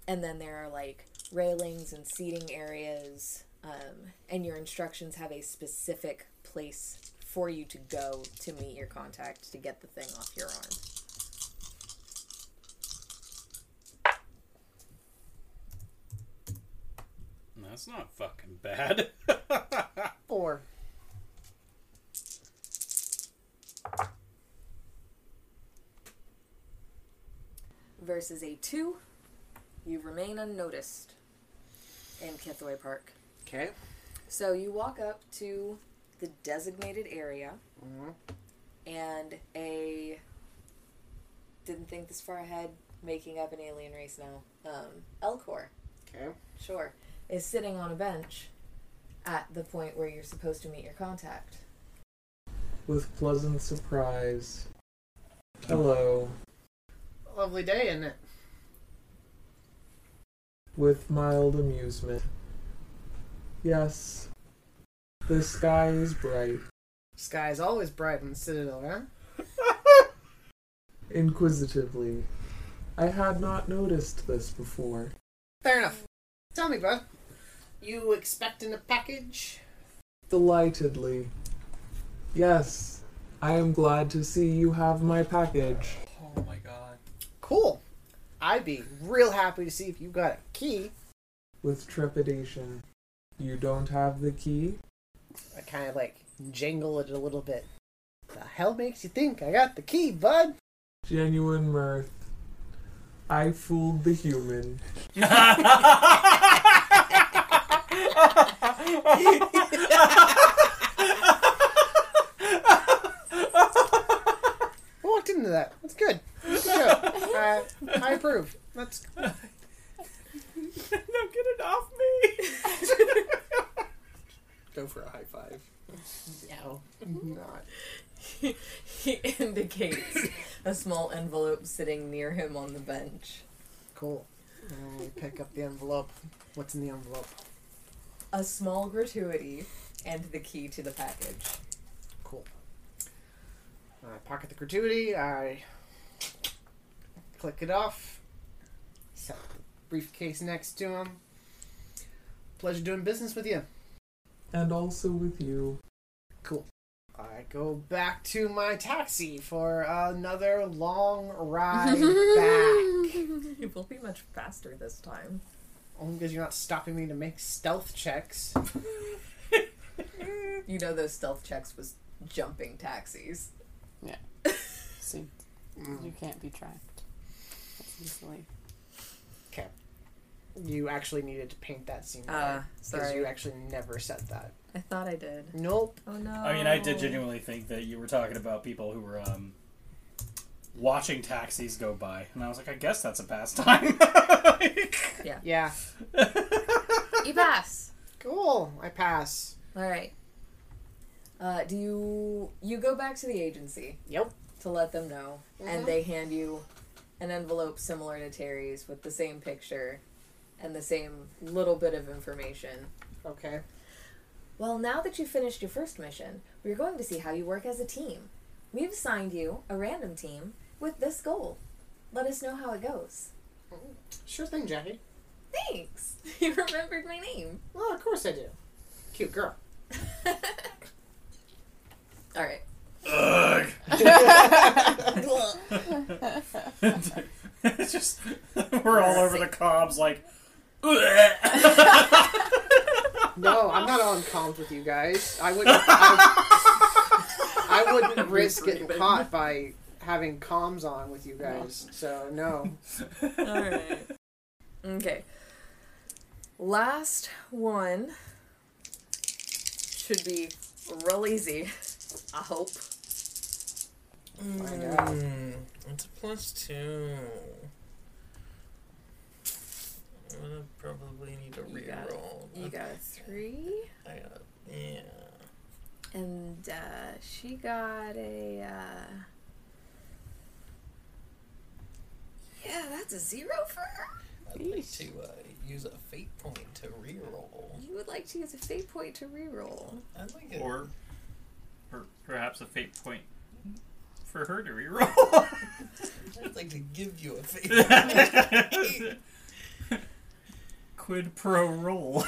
Speaker 3: and then there are like railings and seating areas. Um, and your instructions have a specific place for you to go to meet your contact to get the thing off your arm.
Speaker 10: That's not fucking bad.
Speaker 9: Four.
Speaker 3: Versus a two, you remain unnoticed in Kithaway Park.
Speaker 9: Okay.
Speaker 3: So you walk up to the designated area, and a didn't think this far ahead, making up an alien race now. Um, Elcor,
Speaker 9: Okay.
Speaker 3: sure, is sitting on a bench at the point where you're supposed to meet your contact. [laughs]
Speaker 11: With pleasant surprise. Hello.
Speaker 9: Lovely day, isn't it?
Speaker 11: With mild amusement. Yes. The sky is bright.
Speaker 9: Sky's always bright in the Citadel, huh?
Speaker 11: [laughs] Inquisitively. I had not noticed this before.
Speaker 9: Fair enough. Tell me, bud. You expecting a package?
Speaker 11: Delightedly. Yes. I am glad to see you have my package.
Speaker 6: Oh my god.
Speaker 9: Cool. I'd be real happy to see if you got a key.
Speaker 11: With trepidation. You don't have the key?
Speaker 9: I kind of like jingle it a little bit. The hell makes you think I got the key, bud?
Speaker 11: Genuine mirth. I fooled the human.
Speaker 9: I walked into that. That's good. Good job. Uh, I approve. That's
Speaker 10: no, get it off me.
Speaker 6: Go for a high five.
Speaker 3: No.
Speaker 9: not.
Speaker 3: he indicates a small envelope sitting near him on the bench.
Speaker 9: Cool. Uh, we pick up the envelope. What's in the envelope?
Speaker 3: A small gratuity and the key to the package.
Speaker 9: Cool. I pocket the gratuity. I click it off. Set the briefcase next to him. Pleasure doing business with you.
Speaker 11: And also with you.
Speaker 9: I go back to my taxi for another
Speaker 3: [laughs]
Speaker 9: long ride back.
Speaker 3: It will be much faster this time.
Speaker 9: Only because you're not stopping me to make stealth checks.
Speaker 3: You know those stealth checks was jumping taxis.
Speaker 4: See,
Speaker 9: Mm-hmm.
Speaker 4: you can't be tracked as easily.
Speaker 9: Okay. You actually needed to paint that scene.
Speaker 3: Uh,
Speaker 9: because
Speaker 3: sorry.
Speaker 9: you actually never said that.
Speaker 3: I thought I did.
Speaker 9: Nope.
Speaker 3: Oh no.
Speaker 10: I mean, I did genuinely think that you were talking about people who were um, watching taxis go by, and I was like, I guess that's a
Speaker 7: [laughs]
Speaker 10: pastime.
Speaker 9: Yeah.
Speaker 3: You pass.
Speaker 9: Cool. I pass.
Speaker 3: All right. Uh, do you you go back to the agency
Speaker 9: Yep.
Speaker 3: to let them know, and they hand you an envelope similar to Terry's with the same picture and the same little bit of information.
Speaker 9: Okay.
Speaker 3: Well, now that you've finished your first mission, we're going to see how you work as a team. We've assigned you a random team with this goal. Let us know how it goes.
Speaker 9: Sure thing, Jackie.
Speaker 3: Thanks. [laughs] You remembered my name.
Speaker 9: Well, of course I do. Cute girl.
Speaker 3: All right.
Speaker 10: Ugh. It's just we're all over the cobs like.
Speaker 9: No, I'm not on comms with you guys. I wouldn't. I, I wouldn't risk getting caught by having comms on with you guys. So no.
Speaker 3: All right. [laughs] Okay. Last one should be real easy. I hope.
Speaker 9: Find out.
Speaker 6: Mm, it's a plus two. I'm gonna probably need to
Speaker 3: You got it.
Speaker 6: reroll.
Speaker 3: You got a three,
Speaker 6: I got yeah.
Speaker 3: and uh, she got a. Uh... Yeah, that's a zero for her.
Speaker 6: I'd like to uh, use a fate point to reroll.
Speaker 3: You would like to use a fate point to reroll.
Speaker 6: I'd like it.
Speaker 7: or, or perhaps a fate point for her to reroll.
Speaker 6: I'd like to give you a fate.
Speaker 7: Quid pro roll.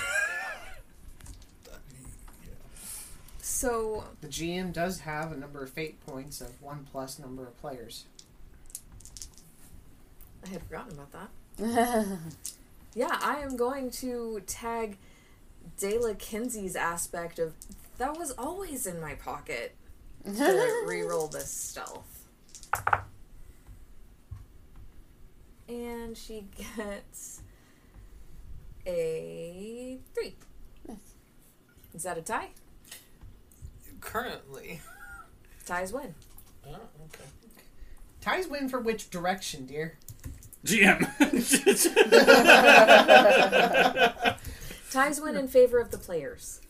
Speaker 3: So
Speaker 9: The GM does have a number of fate points of one plus number of players.
Speaker 3: I had forgotten about that. Yeah, I am going to tag Dela Kinsey's aspect of that was always in my pocket to reroll this stealth. And she [laughs] gets a three. Is that a tie?
Speaker 12: Currently.
Speaker 3: Ties win.
Speaker 12: Oh, okay.
Speaker 9: Ties win for which direction, dear?
Speaker 7: GM.
Speaker 3: Ties win in favor of the players.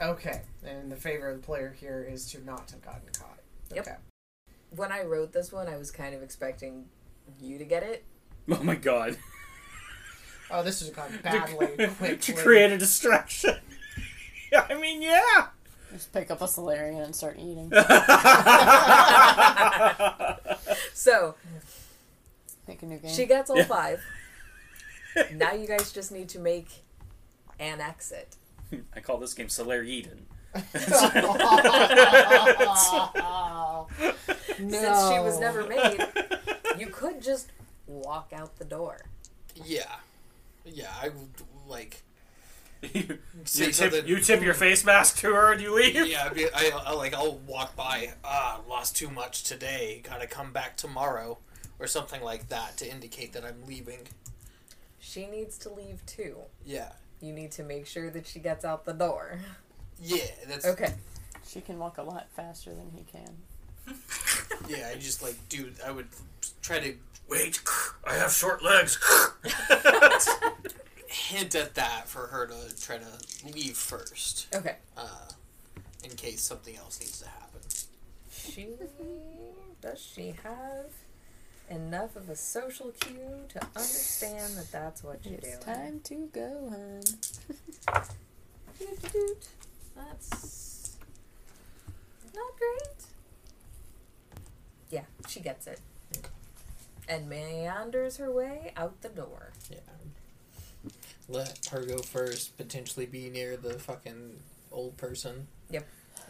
Speaker 9: Okay. And the favor of the player here is to not have gotten caught.
Speaker 3: Yep.
Speaker 9: Okay.
Speaker 3: When I wrote this one, I was kind of expecting you to get it.
Speaker 7: oh my god. [laughs]
Speaker 9: Oh, this is gone badly,
Speaker 7: to
Speaker 9: quickly.
Speaker 7: create a distraction. [laughs] I mean, yeah.
Speaker 4: Just pick up a Solarian and start eating.
Speaker 3: So
Speaker 4: Make a new game.
Speaker 3: she gets all
Speaker 7: Yeah.
Speaker 3: five. [laughs] now you guys just need to make an exit.
Speaker 7: I call this game Solaire [laughs] Eden.
Speaker 3: Since she was never made, [laughs] you could just walk out the door.
Speaker 8: Yeah. Yeah, I would like.
Speaker 7: you,
Speaker 8: Say
Speaker 7: tip,
Speaker 8: something.
Speaker 7: you tip your face mask to her and you leave.
Speaker 8: Yeah, I'd be, I, I like I'll walk by. Ah, lost too much today. Gotta come back tomorrow, or something like that to indicate that I'm leaving.
Speaker 3: She needs to leave too.
Speaker 8: Yeah,
Speaker 3: You need to make sure that she gets out the door.
Speaker 8: yeah, that's
Speaker 3: Okay.
Speaker 4: She can walk a lot faster than he can.
Speaker 8: yeah. I just like do. I would try to
Speaker 7: Wait, I have short legs.
Speaker 8: hint at that for her to try to leave first,
Speaker 3: Okay.
Speaker 8: uh, in case something else needs to happen.
Speaker 3: She does she have enough of a social cue to understand that that's what you're doing?
Speaker 4: It's time to go, hon.
Speaker 3: Doot-doot. That's not great. Yeah, she gets it. And meanders her way out the door.
Speaker 8: Yeah. Let her go first. Potentially be near the fucking old person.
Speaker 3: Yep.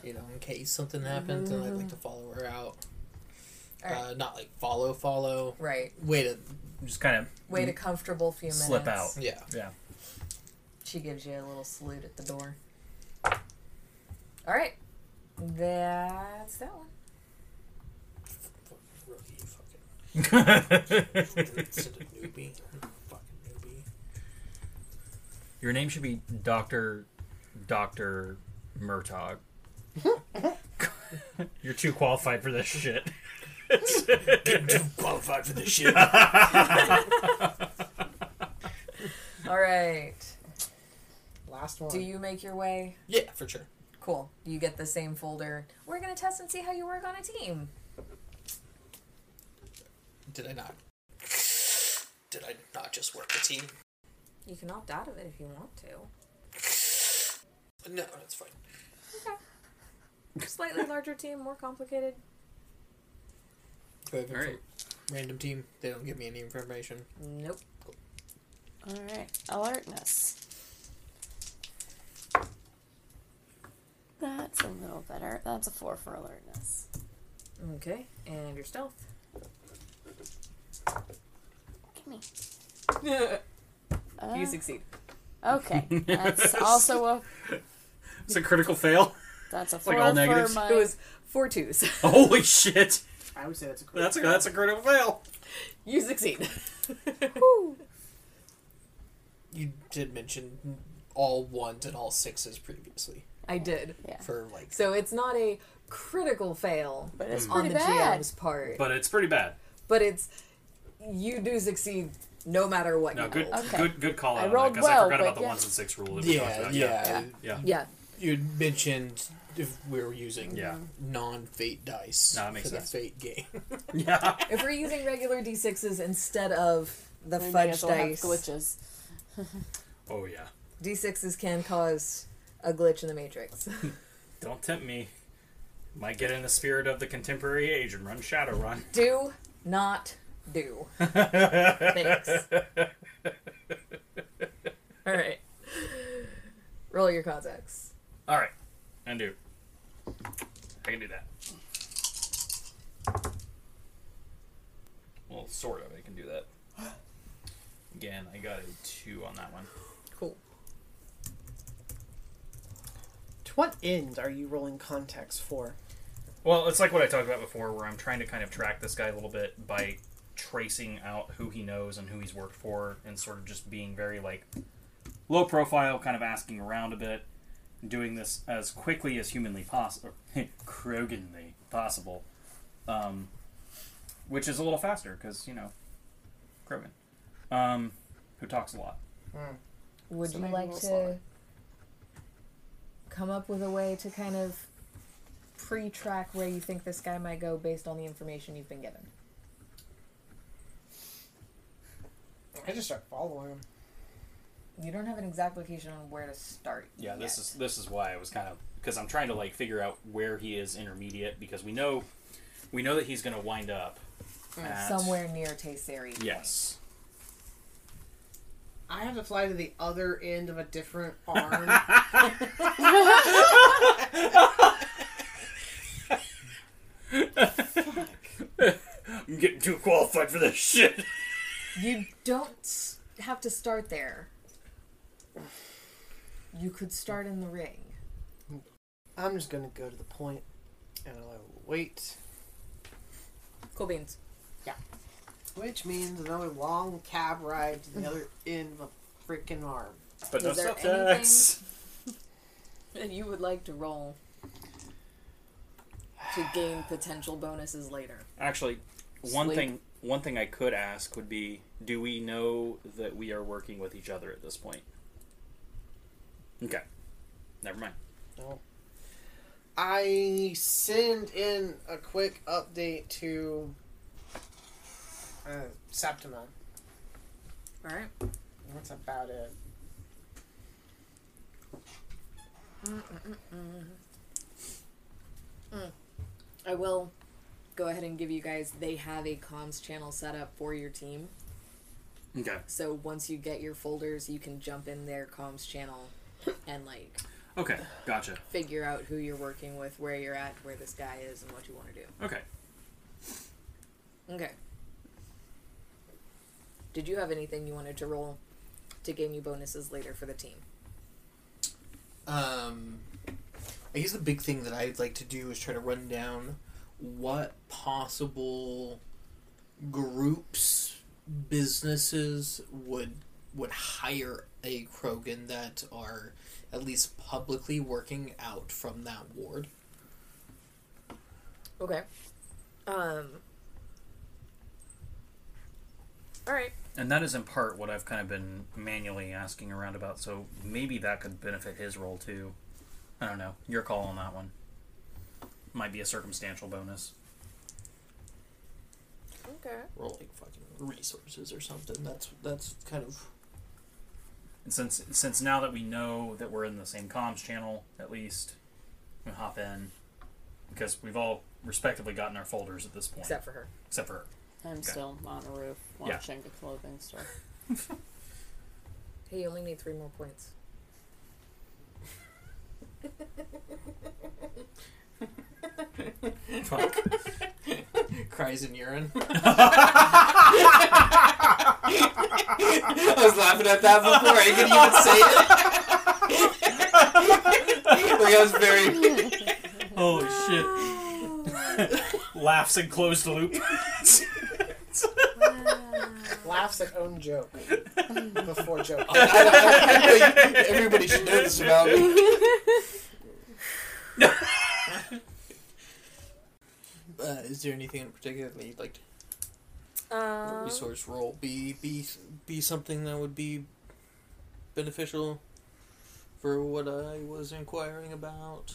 Speaker 8: You know, in case something happens, and I'd like to follow her out.
Speaker 3: Alright.
Speaker 8: Uh, not like follow, follow.
Speaker 3: Right.
Speaker 8: Wait a
Speaker 7: Just kind
Speaker 3: Wait a comfortable few
Speaker 7: of
Speaker 3: minutes.
Speaker 7: Mm. slip out.
Speaker 8: yeah.
Speaker 7: Yeah.
Speaker 3: She gives you a little salute at the door. All right. That's that one.
Speaker 8: Rookie, fucking
Speaker 7: Your
Speaker 8: newbie, fucking newbie.
Speaker 7: name should be Doctor Doctor [laughs] Murtaugh. You're too qualified for this shit.
Speaker 8: Qualified for this shit.
Speaker 3: All right.
Speaker 9: Last one.
Speaker 3: Do you make your way?
Speaker 8: yeah, for sure.
Speaker 3: Cool. You get the same folder. We're going to test and see how you work on a team.
Speaker 8: Did I not? Did I not just work the team?
Speaker 3: You can opt out of it if you want to.
Speaker 8: No, that's fine.
Speaker 3: [laughs] Slightly larger team, more complicated.
Speaker 8: Go ahead,
Speaker 7: Alright.
Speaker 8: Random team. They don't give me any information.
Speaker 3: Nope.
Speaker 4: Alright, alertness. That's a little better. That's a four for alertness.
Speaker 3: Okay. And your
Speaker 4: [laughs]
Speaker 3: stealth.
Speaker 4: Gimme.
Speaker 3: you
Speaker 4: Uh,
Speaker 3: succeed.
Speaker 7: [laughs]
Speaker 4: okay. That's also a
Speaker 7: It's a critical fail.
Speaker 4: that's a four
Speaker 7: like all
Speaker 4: for
Speaker 7: negatives?
Speaker 4: my
Speaker 3: It was four twos.
Speaker 7: [laughs]
Speaker 4: Oh.
Speaker 7: Holy shit!
Speaker 9: I would say that's a cool.
Speaker 7: That's a that's a critical fail.
Speaker 3: [laughs] you
Speaker 4: [laughs]
Speaker 3: succeed.
Speaker 4: Woo.
Speaker 8: You did mention all ones and all sixes previously
Speaker 3: I did.
Speaker 8: for like.
Speaker 3: So it's not a critical fail
Speaker 4: But it's
Speaker 7: Hmm.
Speaker 3: on
Speaker 4: pretty
Speaker 3: the
Speaker 4: bad.
Speaker 3: GM's part.
Speaker 7: But it's pretty bad.
Speaker 3: but it's you do succeed no matter what
Speaker 7: No,
Speaker 3: you
Speaker 7: good
Speaker 3: roll.
Speaker 4: Okay.
Speaker 7: good good call
Speaker 4: I
Speaker 7: out
Speaker 4: rolled
Speaker 7: because I
Speaker 4: well,
Speaker 7: forgot
Speaker 4: but
Speaker 7: about the
Speaker 4: yeah.
Speaker 7: ones and six rule. That we
Speaker 8: Yeah,
Speaker 7: talked
Speaker 8: yeah.
Speaker 7: about. yeah.
Speaker 3: Yeah.
Speaker 8: You had mentioned if we were using
Speaker 7: Yeah.
Speaker 8: non-fate dice
Speaker 7: No, that makes
Speaker 8: for
Speaker 7: sense.
Speaker 8: the fate game. [laughs]
Speaker 7: Yeah.
Speaker 3: If we're using regular d6s instead of the
Speaker 4: We may
Speaker 3: fudge
Speaker 4: as well have
Speaker 3: dice,
Speaker 4: glitches.
Speaker 7: Oh yeah.
Speaker 3: d6s can cause a glitch in the matrix.
Speaker 7: Don't tempt me. Might get in the spirit of the contemporary age and run shadow run. [laughs]
Speaker 3: do not do. Thanks. All right. Roll your contacts.
Speaker 7: All right, I do. I can do that. Well, sort of. I can do that.
Speaker 8: [gasps]
Speaker 7: Again, I got a two on that one.
Speaker 3: Cool.
Speaker 9: To what end are you rolling contacts for?
Speaker 7: Well, it's like what I talked about before, where I'm trying to kind of track this guy a little bit by tracing out who he knows and who he's worked for, and sort of just being very like low profile, kind of asking around a bit, doing this as quickly as humanly [laughs] possible, Kroganly possible, um, which is a little faster because you know Krogan, um, who talks a lot.
Speaker 3: Would
Speaker 4: So
Speaker 3: you
Speaker 4: maybe
Speaker 3: like
Speaker 4: we'll
Speaker 3: to
Speaker 4: slow
Speaker 3: come up with a way to kind of pre-track where you think this guy might go based on the information you've been given?
Speaker 9: I just start following them.
Speaker 3: You don't have an exact location on where to start.
Speaker 7: Yeah, this
Speaker 3: yet.
Speaker 7: is this is why I was kind of because I'm trying to like figure out where he is intermediate because we know we know that he's going to wind up at-
Speaker 3: Mm, somewhere near Tayseri.
Speaker 7: Yes.
Speaker 9: I have to fly to the other end of a [laughs] different arm.
Speaker 7: I'm getting too qualified for
Speaker 3: [laughs]
Speaker 7: this shit.
Speaker 3: You don't have to start there. You could start in the ring.
Speaker 9: I'm just gonna go to the point, and I'll wait.
Speaker 3: Cool beans.
Speaker 9: Which means another long cab ride to the [sighs] other end of a freaking arm.
Speaker 7: But no
Speaker 3: Is there
Speaker 7: subtext.
Speaker 3: that you would like to roll to gain potential bonuses later.
Speaker 7: Actually, one
Speaker 3: Sleep.
Speaker 7: thing one thing I could ask would be do we know that we are working with each other at this point? Okay. Never mind.
Speaker 9: I send in a quick update to uh, Septima.
Speaker 3: All right.
Speaker 9: That's about it.
Speaker 3: I will go ahead and give you guys. They have a comms channel set up for your team.
Speaker 7: Okay.
Speaker 3: So once you get your folders, you can jump in their comms channel and like
Speaker 7: Okay. Gotcha.
Speaker 3: figure out who you're working with, where you're at, where this guy is, and what you want to do.
Speaker 7: Okay.
Speaker 3: Okay. Did you have anything you wanted to roll to gain you bonuses later for the team?
Speaker 8: Um, I guess the big thing that I'd like to do is try to run down what possible groups, businesses would would hire a Krogan that are at least publicly working out from that ward.
Speaker 3: Okay. Um. All right.
Speaker 7: And that is in part what I've kind of been manually asking around about, so maybe that could benefit his role too. I don't know. Your call on that one. Might be a circumstantial bonus.
Speaker 3: Okay.
Speaker 8: Or like fucking resources or something. That's that's kind of
Speaker 7: And since since now that we know that we're in the same comms channel, at least, we hop in. Because we've all respectively gotten our folders at this point.
Speaker 3: Except for her.
Speaker 7: Except for her.
Speaker 4: I'm still on a roof
Speaker 7: Yeah.
Speaker 4: watching the clothing store.
Speaker 3: Hey, you only need three more points.
Speaker 7: [laughs] Fuck.
Speaker 8: cries in urine. I was laughing at that before I could even say it. like I was very [laughs]
Speaker 10: Holy shit. Laughs and closed loop.
Speaker 9: Laughs at own joke [laughs] before joke.
Speaker 13: Uh,
Speaker 8: everybody should know this about me. Uh, is there anything in particular that you'd like to
Speaker 3: Um,
Speaker 8: resource role be be be something that would be beneficial for what I was inquiring about?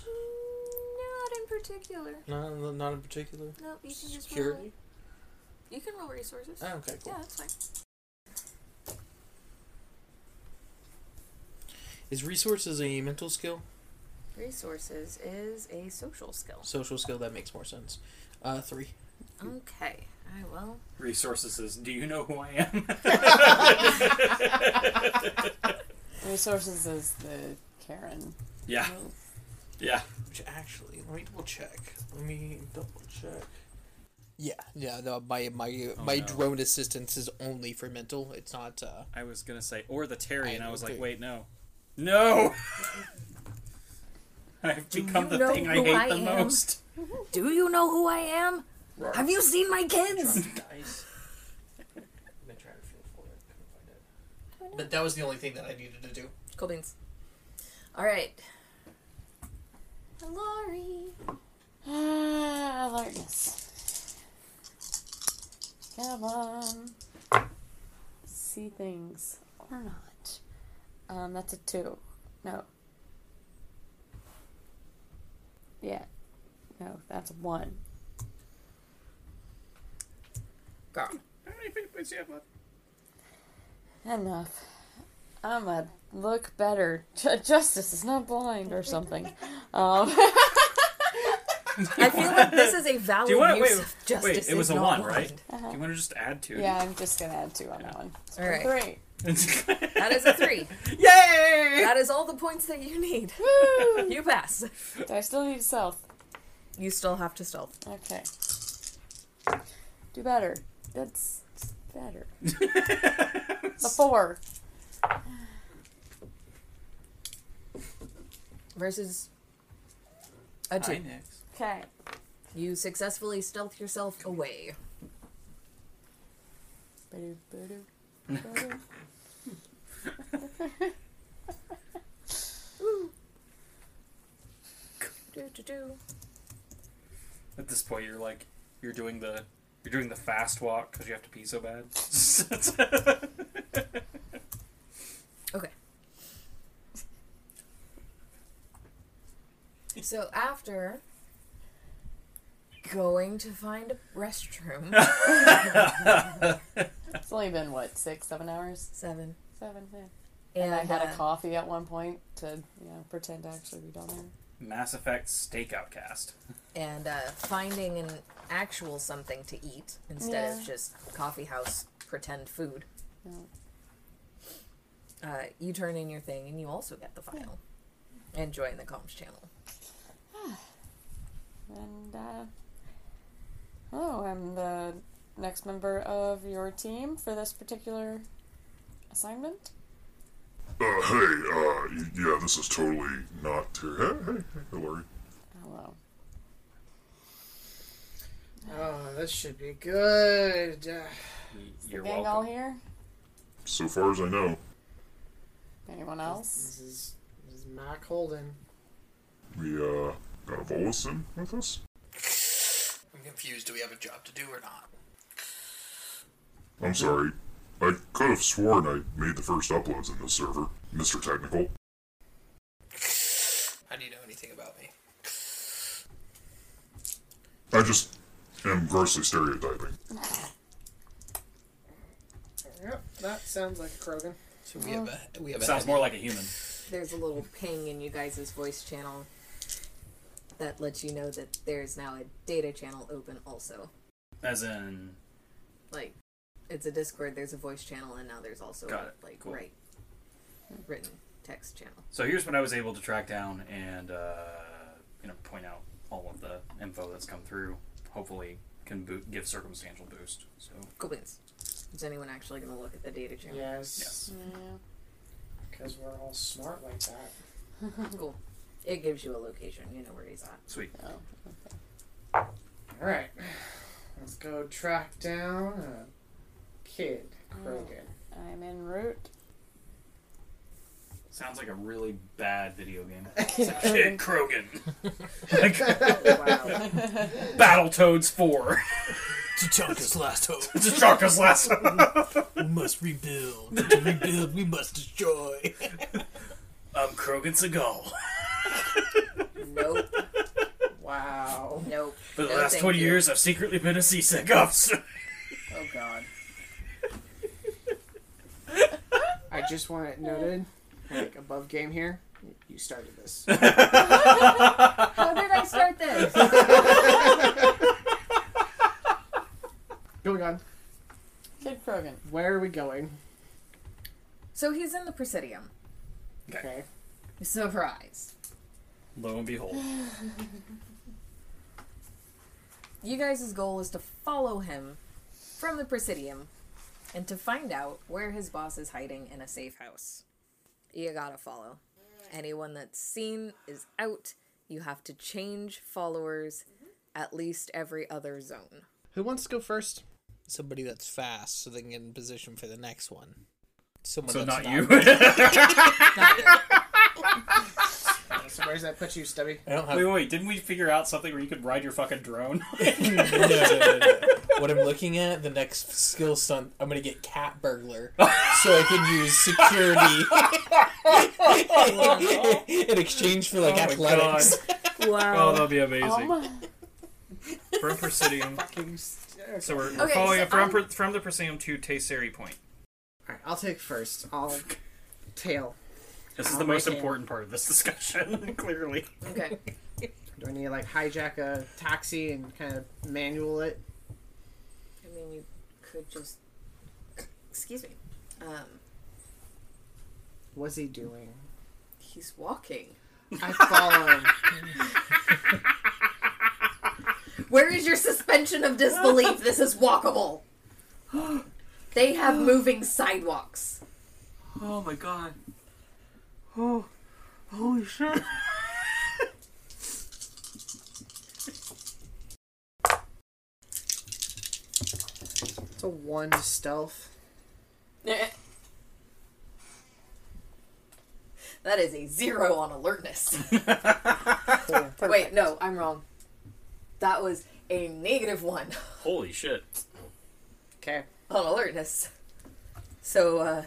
Speaker 3: not in particular.
Speaker 8: Not not in particular.
Speaker 3: No, you can just roll.
Speaker 8: Security.
Speaker 3: You can roll resources.
Speaker 8: Oh, okay, cool.
Speaker 3: yeah, that's fine.
Speaker 8: Is resources a mental skill?
Speaker 3: Resources is a social skill.
Speaker 8: Social skill, that makes more sense. Uh, three.
Speaker 3: Okay. I will.
Speaker 7: Resources is do you know who I am? [laughs]
Speaker 4: Resources is the Karen.
Speaker 7: yeah.
Speaker 4: move.
Speaker 7: Yeah.
Speaker 8: Which actually, let me double check. Let me double check. Yeah, yeah. No, my my my
Speaker 7: no.
Speaker 8: drone assistance is only for mental. It's not. uh
Speaker 7: I was gonna say or the Terry
Speaker 8: I
Speaker 7: and I
Speaker 8: know
Speaker 7: was [laughs]
Speaker 8: the
Speaker 7: like,
Speaker 8: Terry.
Speaker 7: wait, no. No
Speaker 10: I've become the
Speaker 3: know
Speaker 10: thing I
Speaker 3: who
Speaker 10: hate
Speaker 3: I
Speaker 10: the
Speaker 3: am?
Speaker 10: most.
Speaker 3: Do you know who I am? Have you seen my kids?
Speaker 6: Dice. I'm gonna try to feel for it. Couldn't find it. But that was the only thing that I needed to do.
Speaker 3: Cool beans. All right. Laurie.
Speaker 4: Ah, alertness. Come on. See things or not. Um, that's a two. No. Yeah. No, that's a one.
Speaker 7: [laughs]
Speaker 3: Girl.
Speaker 10: How many papers you have left?
Speaker 4: Enough. I'm a look better. Ju- Justice is not blind or [laughs] something. Um,
Speaker 3: I feel like this is a valid
Speaker 7: Do you want to
Speaker 3: use
Speaker 7: wait?
Speaker 3: of justice.
Speaker 7: Wait, it was
Speaker 3: is
Speaker 7: a
Speaker 3: not
Speaker 7: one,
Speaker 3: blind.
Speaker 7: right? Do you want to just add two? [laughs]
Speaker 4: yeah, I'm just gonna add two on that one. It's
Speaker 3: All right.
Speaker 4: Three.
Speaker 3: That is a [laughs] three.
Speaker 7: [laughs] Yay!
Speaker 3: that is all the points that you
Speaker 7: [laughs]
Speaker 3: need. [laughs]
Speaker 4: Woo!
Speaker 3: You pass.
Speaker 4: Do I still need self?
Speaker 3: You still have to stealth.
Speaker 4: Okay. Do better. That's
Speaker 9: [laughs]
Speaker 4: better. A four.
Speaker 3: Versus a two.
Speaker 7: Hi, Nix.
Speaker 4: Okay.
Speaker 3: You successfully stealth yourself
Speaker 7: [laughs]
Speaker 3: away.
Speaker 4: Better, better.
Speaker 3: Do, do, do.
Speaker 7: At this point, you're like, you're doing the, you're doing the fast walk because you have to pee so bad. [laughs]
Speaker 3: Okay. So after going to find a restroom,
Speaker 4: It's only been what six, seven hours?
Speaker 3: seven,
Speaker 4: Seven. Yeah.
Speaker 3: and,
Speaker 4: And I had a
Speaker 3: uh,
Speaker 4: coffee at one point to you know pretend to actually be down there.
Speaker 7: Mass Effect Stakeout Cast.
Speaker 3: and uh, finding an actual something to eat instead of
Speaker 4: Yeah.
Speaker 3: just coffee house pretend food.
Speaker 4: Yeah.
Speaker 3: Uh, you turn in your thing, and you also get the file, and join the comms channel.
Speaker 4: And uh, hello, I'm the next member of your team for this particular assignment.
Speaker 13: Uh, hey, uh, y- yeah, this is totally not Terry. Hey, hey, hey, Hillary.
Speaker 4: Hello.
Speaker 9: Oh, this should be good. Uh,
Speaker 7: You're
Speaker 4: Gang all
Speaker 7: welcome.
Speaker 4: here?
Speaker 13: So far as I know,
Speaker 4: Anyone else?
Speaker 9: This is, this is Mac Holden.
Speaker 13: we, uh, got a Volison with us?
Speaker 6: I'm confused. Do we have a job to do or not?
Speaker 13: I'm sorry. I could have sworn I made the first uploads in this server, Mr. Technical.
Speaker 6: How do you know anything about me?
Speaker 13: I just am grossly stereotyping.
Speaker 9: Yep, that sounds like a Krogan.
Speaker 6: So we have a we have
Speaker 7: Sounds
Speaker 6: a
Speaker 7: more like a human.
Speaker 3: There's a little ping in you guys' voice channel that lets you know that there's now a data channel open also.
Speaker 7: As in,
Speaker 3: Like it's a Discord, there's a voice channel and now there's also
Speaker 7: Got
Speaker 3: a
Speaker 7: it.
Speaker 3: like
Speaker 7: Cool.
Speaker 3: right written text channel.
Speaker 7: so here's what I was able to track down and, uh, you know, point out all of the info that's come through. Hopefully, can bo- give circumstantial boost. So
Speaker 3: Cool beans. Is anyone actually gonna look at the data channel?
Speaker 9: Yes,
Speaker 7: yes,
Speaker 4: Yeah.
Speaker 9: because we're all smart like that.
Speaker 3: Cool. It gives you a location, you know where he's at.
Speaker 7: sweet.
Speaker 4: Oh.
Speaker 9: All right, let's go track down a kid Krogan.
Speaker 4: I'm en route.
Speaker 7: Sounds like a really bad video game. It's like, Kid Krogan. [laughs] like
Speaker 3: Wow.
Speaker 7: Battletoads 4.
Speaker 13: [laughs]
Speaker 6: T'Chaka's last hope.
Speaker 7: [laughs] It's a Chaka's last.
Speaker 6: We must rebuild. To rebuild, we must destroy.
Speaker 7: I'm Krogan Seagal.
Speaker 3: nope.
Speaker 9: Wow.
Speaker 3: Nope.
Speaker 7: For the
Speaker 3: No,
Speaker 7: last
Speaker 3: thank
Speaker 7: 20
Speaker 3: you.
Speaker 7: years, I've secretly been a CSEC officer. [laughs]
Speaker 9: Oh God. I just want it noted, like above game here. You started this.
Speaker 3: How did I start this?
Speaker 9: Going on.
Speaker 4: Kid Krogan.
Speaker 9: Where are we going?
Speaker 3: so he's in the Presidium.
Speaker 9: Okay.
Speaker 3: Surprise.
Speaker 7: Lo and behold.
Speaker 3: You guys' goal is to follow him from the Presidium and to find out where his boss is hiding in a safe house. You gotta follow. Anyone that's seen is out. You have to change followers at least every other zone.
Speaker 8: Who wants to go first? Somebody that's fast, so they can get in position for the next one. Someone
Speaker 7: So
Speaker 8: that's
Speaker 7: not you.
Speaker 9: So where does that put you, Stubby?
Speaker 8: I [laughs] don't have-
Speaker 7: [laughs] Wait, wait, wait, didn't we figure out something where you could ride your fucking drone? [laughs] Oh
Speaker 8: no, no, no, [laughs] no. What I'm looking at, the next skill stunt, I'm gonna get cat
Speaker 7: [laughs]
Speaker 8: burglar, so I can use security [laughs] in exchange for like
Speaker 14: Oh my
Speaker 8: athletics.
Speaker 14: God.
Speaker 3: Wow.
Speaker 14: Oh, that'll be amazing.
Speaker 3: [laughs]
Speaker 4: Um,
Speaker 7: from [laughs] Presidium. So we're, we're
Speaker 4: Okay,
Speaker 7: following
Speaker 4: so
Speaker 7: it
Speaker 9: um,
Speaker 7: from,
Speaker 4: I'm-
Speaker 7: per from the Presidium to Tayseri Point.
Speaker 9: Alright, I'll take first. I'll tail.
Speaker 7: This is
Speaker 9: I'll
Speaker 7: the most
Speaker 9: make it.
Speaker 7: important part of this discussion, [laughs] clearly.
Speaker 3: Okay.
Speaker 9: Do I need to like hijack a taxi and kind of manual it?
Speaker 3: I mean, you could just. Excuse me. Um,
Speaker 9: What's he doing?
Speaker 3: he's walking. [laughs]
Speaker 9: I follow him.
Speaker 3: Where is your suspension of disbelief? This is [gasps] walkable. They have moving sidewalks.
Speaker 7: Oh my god.
Speaker 3: Oh, holy shit.
Speaker 9: It's a one stealth.
Speaker 3: that is a zero on alertness. Wait, no, Oh, I'm
Speaker 4: [laughs]
Speaker 3: wrong. That was a negative one [laughs]
Speaker 7: Holy shit.
Speaker 9: Okay.
Speaker 3: on alertness. So, uh,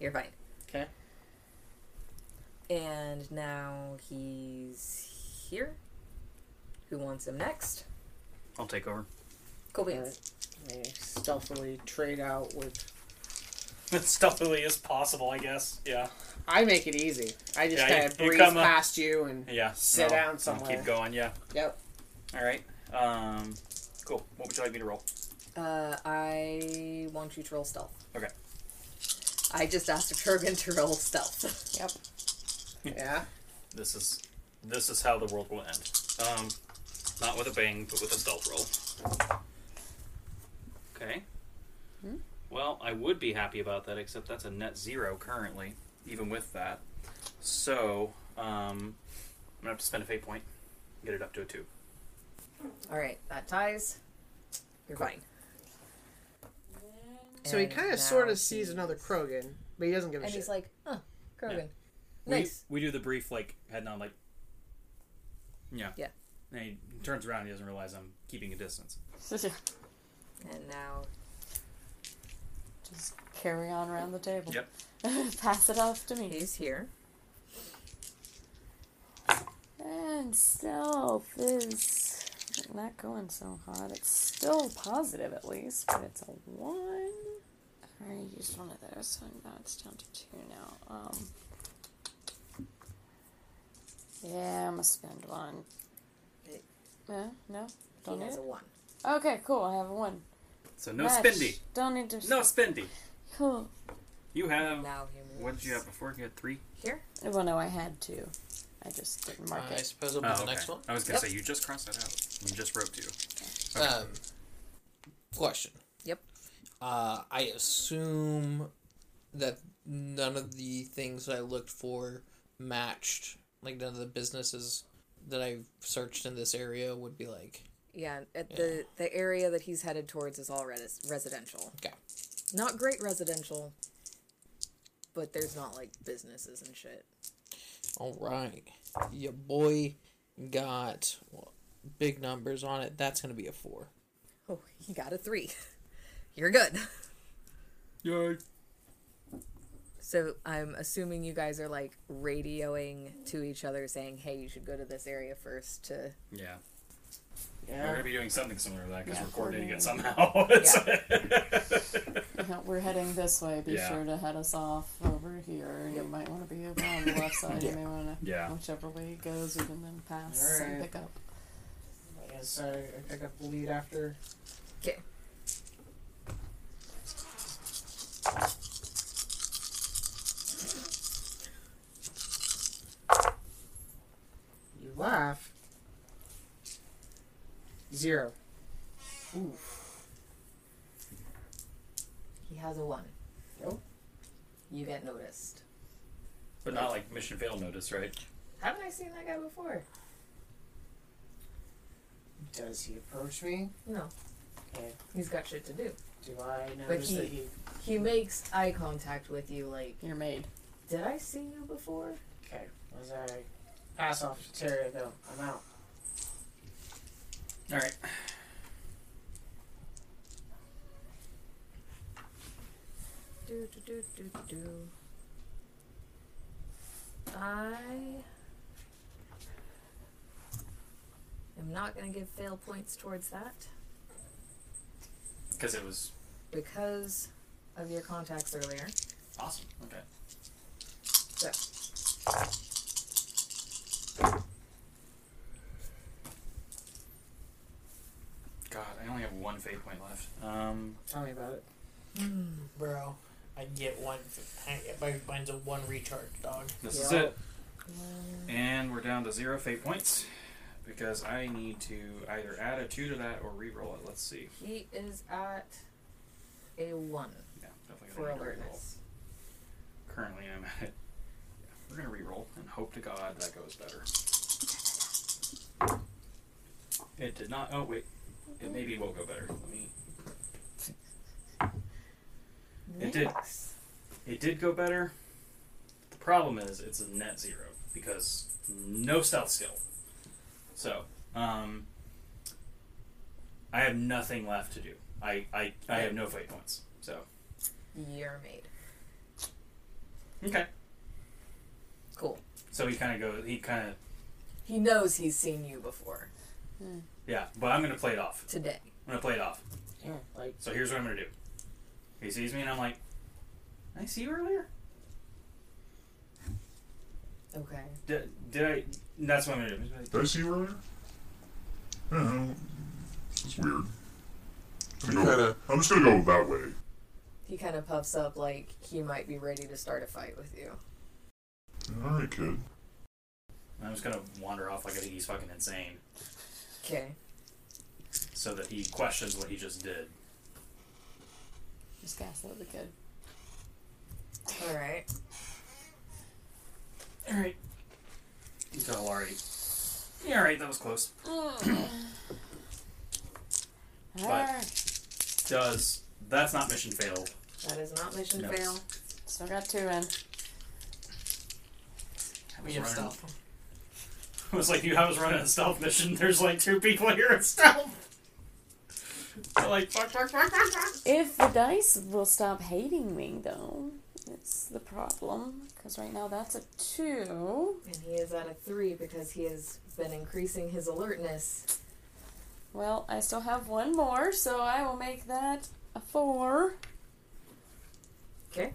Speaker 3: you're fine.
Speaker 9: Okay.
Speaker 3: And now he's here. Who wants him next?
Speaker 7: I'll take over.
Speaker 3: Cool beans.
Speaker 9: I stealthily trade out with.
Speaker 7: As stealthily as possible, I guess. Yeah.
Speaker 9: I make it easy. I just
Speaker 7: Yeah,
Speaker 9: kind
Speaker 7: you-
Speaker 9: of
Speaker 7: you
Speaker 9: breeze
Speaker 7: come up-
Speaker 9: past you and
Speaker 7: Yeah.
Speaker 9: sit
Speaker 7: no,
Speaker 9: down
Speaker 7: no,
Speaker 9: somewhere.
Speaker 7: Keep going, yeah. [laughs]
Speaker 9: Yep.
Speaker 7: Alright. Um, cool. What would you like me to roll?
Speaker 3: Uh, I want you to roll stealth.
Speaker 7: Okay.
Speaker 3: I just asked Trogan to roll stealth. [laughs]
Speaker 9: Yep. Yeah.
Speaker 7: This is this is how the world will end. Um, not with a bang, but with a stealth roll. Okay.
Speaker 4: Hmm?
Speaker 7: Well, I would be happy about that, except that's a net zero currently, even with that. So um, I'm gonna have to spend a fate point, get it up to a two.
Speaker 3: All right, that ties. You're fine.
Speaker 9: So he
Speaker 3: And
Speaker 9: kind
Speaker 3: now
Speaker 9: of sort of
Speaker 3: he's-
Speaker 9: sees another Krogan, but he doesn't give a
Speaker 3: And
Speaker 9: shit.
Speaker 3: he's like, huh, Krogan.
Speaker 7: We-
Speaker 3: Nice.
Speaker 7: We, do the brief like head nod, like. Yeah.
Speaker 3: Yeah.
Speaker 7: And he turns around. and He doesn't realize I'm keeping a distance.
Speaker 3: And now
Speaker 4: Just carry on around the table.
Speaker 7: Yep.
Speaker 4: [laughs] Pass it off to me.
Speaker 3: he's here.
Speaker 4: And stealth is not going so hot. It's still positive at least, but it's a one. I already used one of those, so now it's down to two now. Um, yeah, I'm gonna spend one. Yeah, no, don't
Speaker 3: he
Speaker 4: need
Speaker 3: has
Speaker 4: it.
Speaker 3: a one.
Speaker 4: Okay, cool. I have a one.
Speaker 7: So no
Speaker 4: Nice.
Speaker 7: spendy.
Speaker 4: Don't need to.
Speaker 7: No spendy.
Speaker 4: Cool.
Speaker 7: You have.
Speaker 3: Now he moves.
Speaker 7: What did Oh. you have before? You had three.
Speaker 3: Here.
Speaker 4: Well, no, I had two. I just didn't mark
Speaker 8: I
Speaker 4: it.
Speaker 8: suppose it'll be the
Speaker 7: Oh, okay.
Speaker 8: next one.
Speaker 7: I was gonna
Speaker 3: Yep.
Speaker 7: say you just crossed that out. You just wrote two.
Speaker 8: Um, question.
Speaker 3: Yep.
Speaker 8: Uh, I assume that none of the things that I looked for matched. Like none of the businesses that I searched in this area would be like.
Speaker 3: Yeah, at the the area that he's headed towards is all res- residential.
Speaker 8: Okay.
Speaker 3: Not great residential, but there's not like businesses and shit.
Speaker 8: All right, your boy got well, big numbers on it. That's gonna be a four.
Speaker 3: Oh, he got a three. [laughs] You're good.
Speaker 7: Yay.
Speaker 3: So I'm assuming you guys are like radioing to each other saying, hey, you should go to this area first to.
Speaker 7: Yeah. We're
Speaker 9: yeah.
Speaker 7: gonna be doing something similar to that because
Speaker 4: Yeah,
Speaker 7: we're coordinating it
Speaker 4: coordinating.
Speaker 7: somehow. [laughs]
Speaker 4: Yeah, [laughs] we're heading this way. Be
Speaker 7: Yeah.
Speaker 4: sure to head us off over here. You might want to be over on the left side. You may want to,
Speaker 7: Yeah.
Speaker 4: whichever way it goes, we can then pass and
Speaker 9: Alright.
Speaker 4: pick up.
Speaker 9: I guess I, I pick up the lead after.
Speaker 3: Okay.
Speaker 9: You laugh. Zero.
Speaker 3: He has a one.
Speaker 9: Nope.
Speaker 3: You get noticed.
Speaker 7: but not like mission fail notice, right?
Speaker 3: Haven't I seen that guy before?
Speaker 9: Does he approach me?
Speaker 3: No.
Speaker 9: Okay.
Speaker 3: He's got shit to do.
Speaker 9: Do I
Speaker 3: But
Speaker 9: notice that
Speaker 3: he,
Speaker 9: he?
Speaker 3: he makes eye contact with you like.
Speaker 4: You're made.
Speaker 3: Did I see you before?
Speaker 9: Okay. Was I pass off to Terry? No, I'm out.
Speaker 7: All right.
Speaker 3: Do, do, do, do, do, do. I am not going to give fail points towards that
Speaker 7: Because it was
Speaker 3: because of your contacts earlier.
Speaker 7: awesome. Okay.
Speaker 3: So.
Speaker 7: God, I only have one fate point left. Um,
Speaker 9: Tell me about it.
Speaker 3: Hmm.
Speaker 8: Bro, I get one. I get my mine's a one recharge dog.
Speaker 7: this is it. And we're down to zero fate points because I need to either add a two to that or re-roll it. Let's see.
Speaker 3: He is at a 1
Speaker 7: Yeah, definitely
Speaker 3: for
Speaker 7: gonna need to re-roll.
Speaker 3: alertness.
Speaker 7: Currently, I'm at it. Yeah, we're gonna re-roll and hope to God that goes better. It did not. Oh wait, it maybe will go better. Let me. It did.
Speaker 3: Next.
Speaker 7: It did go better. The problem is it's a net zero because no stealth skill. So, um, I have nothing left to do. I, I, I have no fight points. So,
Speaker 3: You're made.
Speaker 7: okay.
Speaker 3: Cool.
Speaker 7: So he kind of goes, he kind of,
Speaker 3: He knows he's seen you before
Speaker 7: yeah, but I'm going to play it off.
Speaker 3: today.
Speaker 7: I'm going to play it off.
Speaker 9: Yeah, like
Speaker 7: So here's what I'm going to do. He sees me and I'm like, I see you earlier?
Speaker 3: Okay.
Speaker 7: Did, did I? That's what I'm going to do.
Speaker 13: Did I see you earlier? I don't know. This is weird. I'm, gonna go-
Speaker 8: kinda-
Speaker 13: I'm just gonna go that way.
Speaker 3: He kind of puffs up like he might be ready to start a fight with you.
Speaker 13: Alright, kid.
Speaker 7: And I'm just going to wander off like I think he's fucking insane
Speaker 3: Okay.
Speaker 7: so that he questions what he just did.
Speaker 4: Just gaslit the kid.
Speaker 3: All right.
Speaker 7: Alright. Got already. Yeah, alright, that was close.
Speaker 4: Ah,
Speaker 7: Does that's not mission failed.
Speaker 3: That is not mission
Speaker 7: No.
Speaker 3: fail.
Speaker 4: Still got two in.
Speaker 7: I
Speaker 8: We
Speaker 7: was
Speaker 8: have
Speaker 7: running-
Speaker 8: stealth.
Speaker 7: I was like, you have us running a stealth mission. There's like two people here in stealth. They're like, fuck, fuck, fuck, fuck, fuck.
Speaker 4: If the dice will stop hating me, though, it's the problem. Because right now that's a two.
Speaker 3: And he is at a three because he has been increasing his alertness.
Speaker 4: Well, I still have one more, so I will make that a four.
Speaker 3: Okay.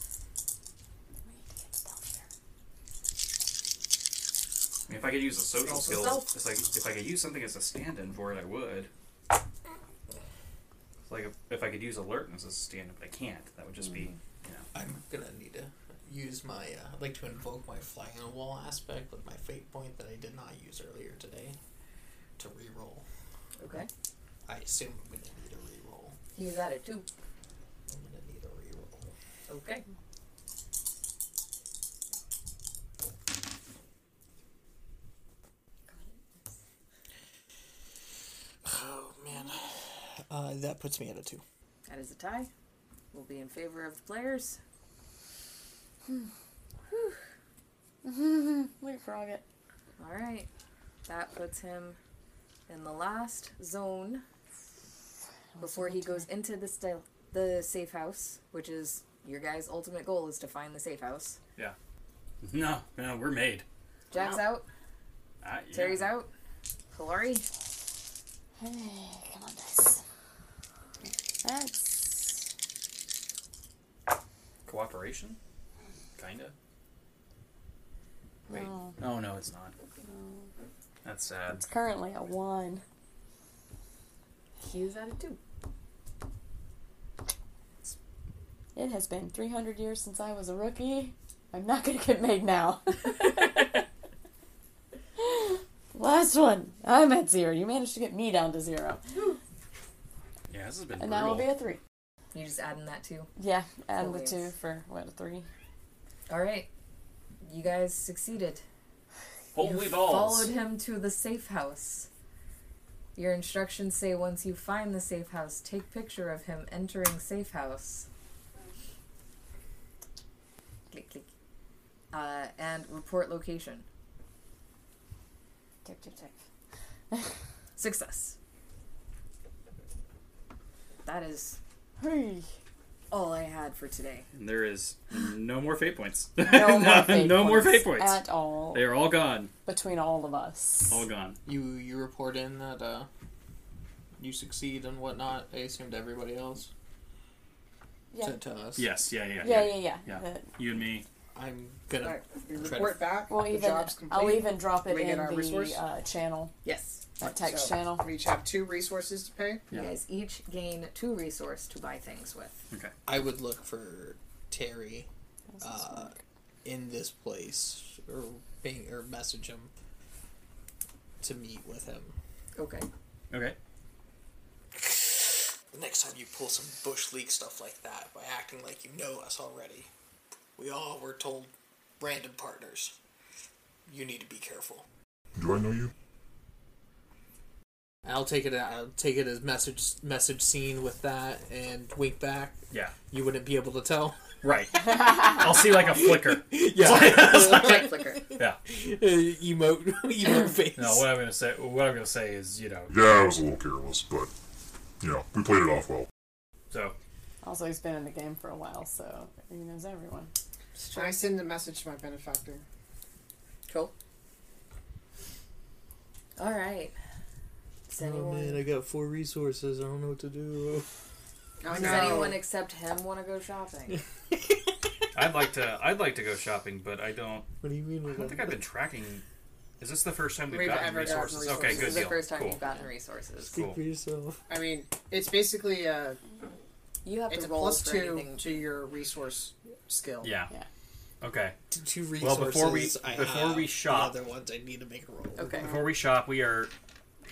Speaker 4: We need to get stealthier.
Speaker 7: I mean, if I could use a social
Speaker 3: Stealth,
Speaker 7: skill,
Speaker 3: stealth.
Speaker 7: it's like if I could use something as a stand-in for it, I would. It's like if, if I could use alertness as a stand-in, but I can't. That would just be, you know.
Speaker 8: I'm gonna need to use my. Uh, I'd like to invoke my fly on the wall aspect with my fate point that I did not use earlier today to re-roll.
Speaker 3: Okay.
Speaker 8: I assume I'm gonna need a re-roll.
Speaker 3: He's at a two.
Speaker 8: I'm gonna need a re-roll.
Speaker 3: Okay.
Speaker 8: Oh man, uh, that puts me at a two.
Speaker 3: That is a tie. We'll be in favor of the players.
Speaker 4: Leapfrog it.
Speaker 3: All right. That puts him in the last zone before he goes into the stealth, the safe house, which is your guy's ultimate goal is to find the safe house.
Speaker 7: No, no, we're made.
Speaker 3: Jack's out.
Speaker 7: I, yeah.
Speaker 3: Terry's out. Hilari.
Speaker 4: Hey, come on, dice. That's
Speaker 7: Cooperation, kinda. Wait.
Speaker 4: no.
Speaker 7: No, Oh, no, it's not. That's sad.
Speaker 4: It's currently a one.
Speaker 3: He's at a two.
Speaker 4: It has been 300 years since I was a rookie. I'm not gonna get made now. Last one. I'm at zero. You managed to get me down to zero.
Speaker 7: Yeah, this has been
Speaker 4: And
Speaker 7: brutal.
Speaker 4: that will be a three.
Speaker 3: You just adding that too?
Speaker 4: Yeah, add
Speaker 3: Four
Speaker 4: the
Speaker 3: waves.
Speaker 4: two for what a three.
Speaker 3: All right. You guys succeeded.
Speaker 7: Holy
Speaker 3: you
Speaker 7: Oh, balls.
Speaker 3: Followed him to the safe house. Your instructions say once you find the safe house, take picture of him entering safe house. Click click. Uh, and report location.
Speaker 4: Tick tick tick.
Speaker 3: Success. That is
Speaker 7: [laughs]
Speaker 4: Hey.
Speaker 3: all I had for today.
Speaker 7: And there is no more fate points.
Speaker 4: No
Speaker 7: [laughs]
Speaker 4: more fate
Speaker 7: no more
Speaker 4: points
Speaker 7: fate points
Speaker 4: at all.
Speaker 7: They are all gone.
Speaker 4: Between all of us.
Speaker 7: All gone.
Speaker 8: You you report in that uh, you succeed and whatnot. I assume to everybody else.
Speaker 4: Yeah.
Speaker 8: To, to us.
Speaker 7: Yes. Yeah. Yeah.
Speaker 4: Yeah, yeah, yeah. The-
Speaker 7: You and me.
Speaker 8: I'm gonna
Speaker 9: Alright, you
Speaker 8: try
Speaker 9: report
Speaker 8: to
Speaker 9: back.
Speaker 4: We'll
Speaker 9: the
Speaker 4: even,
Speaker 9: job's complete.
Speaker 4: I'll even drop it
Speaker 9: We get
Speaker 4: in
Speaker 9: our resource?
Speaker 4: the uh, channel,
Speaker 9: Yes.
Speaker 4: the text
Speaker 9: So,
Speaker 4: channel.
Speaker 9: We each have two resources to pay.
Speaker 3: You guys each gain two resource to buy things with.
Speaker 7: Okay.
Speaker 8: I would look for Terry uh, in this place or ping, or message him to meet with him.
Speaker 3: Okay.
Speaker 7: Okay.
Speaker 8: The next time you pull some bush league stuff like that by acting like you know us already, we all were told random partners. You need to be careful.
Speaker 13: Do I know you?
Speaker 8: I'll take it. I'll take it as message message scene with that and wink back.
Speaker 7: Yeah.
Speaker 8: You wouldn't be able to tell.
Speaker 7: Right. I'll see [laughs] like a flicker.
Speaker 3: Right clicker.
Speaker 7: Yeah.
Speaker 8: [laughs] emote [laughs] emote face.
Speaker 10: No, what I'm gonna say, what I'm gonna say is, you know,
Speaker 13: Yeah, I was a little careless, but you know, we played it off well.
Speaker 7: so
Speaker 4: Also, he's been in the game for a while, so he knows everyone.
Speaker 9: And I send a message to my benefactor.
Speaker 3: Cool. All right. Does anyone,
Speaker 8: Oh, I got four resources. I don't know what to do. [laughs]
Speaker 9: Oh,
Speaker 3: does anyone except him want to go shopping?
Speaker 7: I'd like to. I'd like to go shopping, but I don't.
Speaker 8: What do you mean?
Speaker 7: I don't think
Speaker 8: [laughs]
Speaker 7: I've been tracking. Is this the first time we've,
Speaker 9: We've
Speaker 7: gotten
Speaker 9: ever gotten
Speaker 7: resources? Okay,
Speaker 9: resources.
Speaker 7: good
Speaker 3: this is the
Speaker 7: deal.
Speaker 3: first time
Speaker 7: cool.
Speaker 3: you've gotten resources.
Speaker 7: Cool.
Speaker 8: for yourself.
Speaker 9: I mean, it's basically a
Speaker 3: You have
Speaker 9: it's
Speaker 3: to
Speaker 9: a
Speaker 3: roll
Speaker 9: plus
Speaker 3: for
Speaker 9: two
Speaker 3: anything.
Speaker 9: to your resource skill.
Speaker 7: Yeah.
Speaker 4: Yeah.
Speaker 7: Okay.
Speaker 8: Two
Speaker 7: Well,
Speaker 8: resources.
Speaker 7: before we-
Speaker 8: I
Speaker 7: before
Speaker 8: have,
Speaker 7: we shop-
Speaker 8: the other ones I need to make a roll.
Speaker 3: Okay.
Speaker 7: Before we shop, we are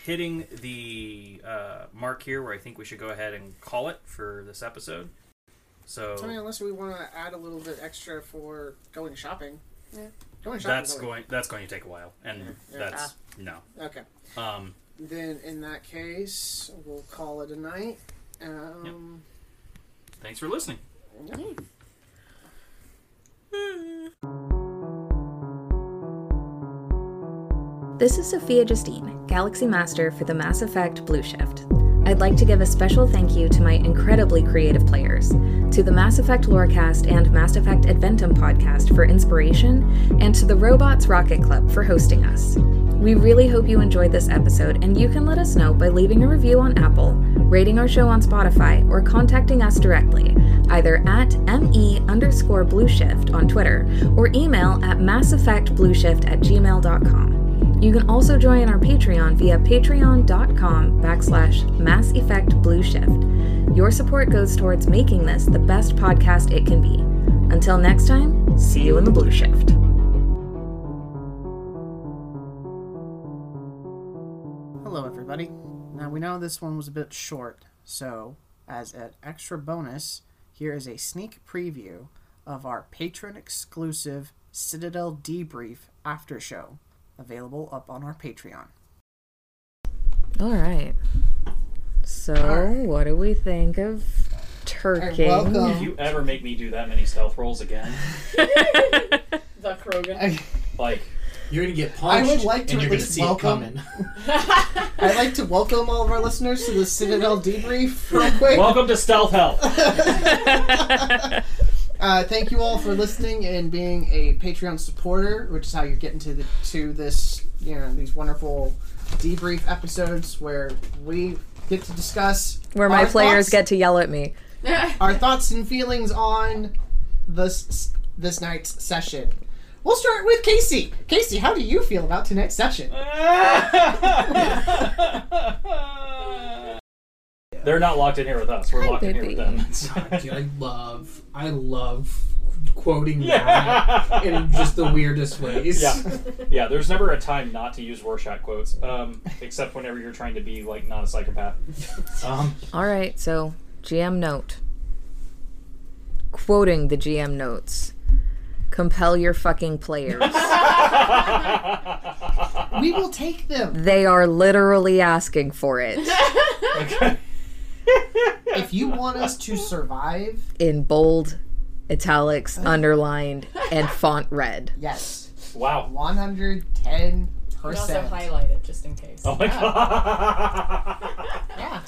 Speaker 7: hitting the uh, mark here where I think we should go ahead and call it for this episode.
Speaker 9: So, I mean,
Speaker 7: So
Speaker 9: unless we want to add a little bit extra for going shopping.
Speaker 4: Yeah.
Speaker 9: Going shopping.
Speaker 7: that's going. That's going to take a while, and
Speaker 9: Yeah.
Speaker 7: that's no.
Speaker 9: Okay.
Speaker 7: Um,
Speaker 9: Then in that case, we'll call it a night. Um,
Speaker 7: thanks for listening.
Speaker 15: This is Sophia Justine, Galaxy Master for the Mass Effect Blue Shift. I'd like to give a special thank you to my incredibly creative players, to the Mass Effect Lorecast and Mass Effect Adventum podcast for inspiration, and to the Robots Rocket Club for hosting us. We really hope you enjoyed this episode, and you can let us know by leaving a review on Apple, rating our show on Spotify, or contacting us directly, either at me underscore blue shift on Twitter or email at masseffectblueshift at gmail.com. You can also join our Patreon via patreon.com backslash Mass Effect Blue Shift. Your support goes towards making this the best podcast it can be. Until next time, see you in the Blue Shift.
Speaker 9: Hello, everybody. Now, we know this one was a bit short, so as an extra bonus, here is a sneak preview of our patron exclusive Citadel Debrief after show, available up on our Patreon.
Speaker 15: All right. So, what do we think of Turkey?
Speaker 7: If you ever make me do that many stealth rolls again,
Speaker 4: The Krogan.
Speaker 7: like
Speaker 8: You're gonna get
Speaker 9: I
Speaker 8: punched.
Speaker 9: would like to
Speaker 8: and
Speaker 9: at
Speaker 8: you're gonna
Speaker 9: least
Speaker 8: see
Speaker 9: welcome.
Speaker 8: it coming.
Speaker 9: [laughs]
Speaker 8: [laughs]
Speaker 9: I'd like to welcome all of our listeners to the Citadel Debrief real quick.
Speaker 7: welcome to stealth [laughs] hell.
Speaker 9: Uh, thank you all for listening and being a Patreon supporter, which is how you're getting to the to this you know these wonderful debrief episodes where we get to discuss
Speaker 15: Where my
Speaker 9: our
Speaker 15: players
Speaker 9: thoughts,
Speaker 15: get to yell at me.
Speaker 9: our thoughts and feelings on this this night's session. We'll start with Casey. Casey, how do you feel about tonight's session?
Speaker 7: They're not locked in here with us. We're
Speaker 15: Hi,
Speaker 7: locked in
Speaker 15: baby.
Speaker 7: here with
Speaker 8: God,
Speaker 7: them. [laughs]
Speaker 8: dude, I love, I love quoting that in just the weirdest ways.
Speaker 11: [laughs]
Speaker 7: Yeah, yeah. There's never a time not to use Rorschach quotes, um, except whenever you're trying to be like not a psychopath. Um,
Speaker 15: All right, so GM note.
Speaker 3: quoting the GM notes. Compel your fucking players.
Speaker 9: We will take them.
Speaker 3: they are literally asking for it
Speaker 9: If you want us to survive,
Speaker 3: in bold, italics, underlined, and font red.
Speaker 9: yes.
Speaker 7: Wow.
Speaker 4: Oh.
Speaker 9: 110%.
Speaker 4: You can also highlight it just in case.
Speaker 7: Oh my [laughs]
Speaker 9: god. Yeah.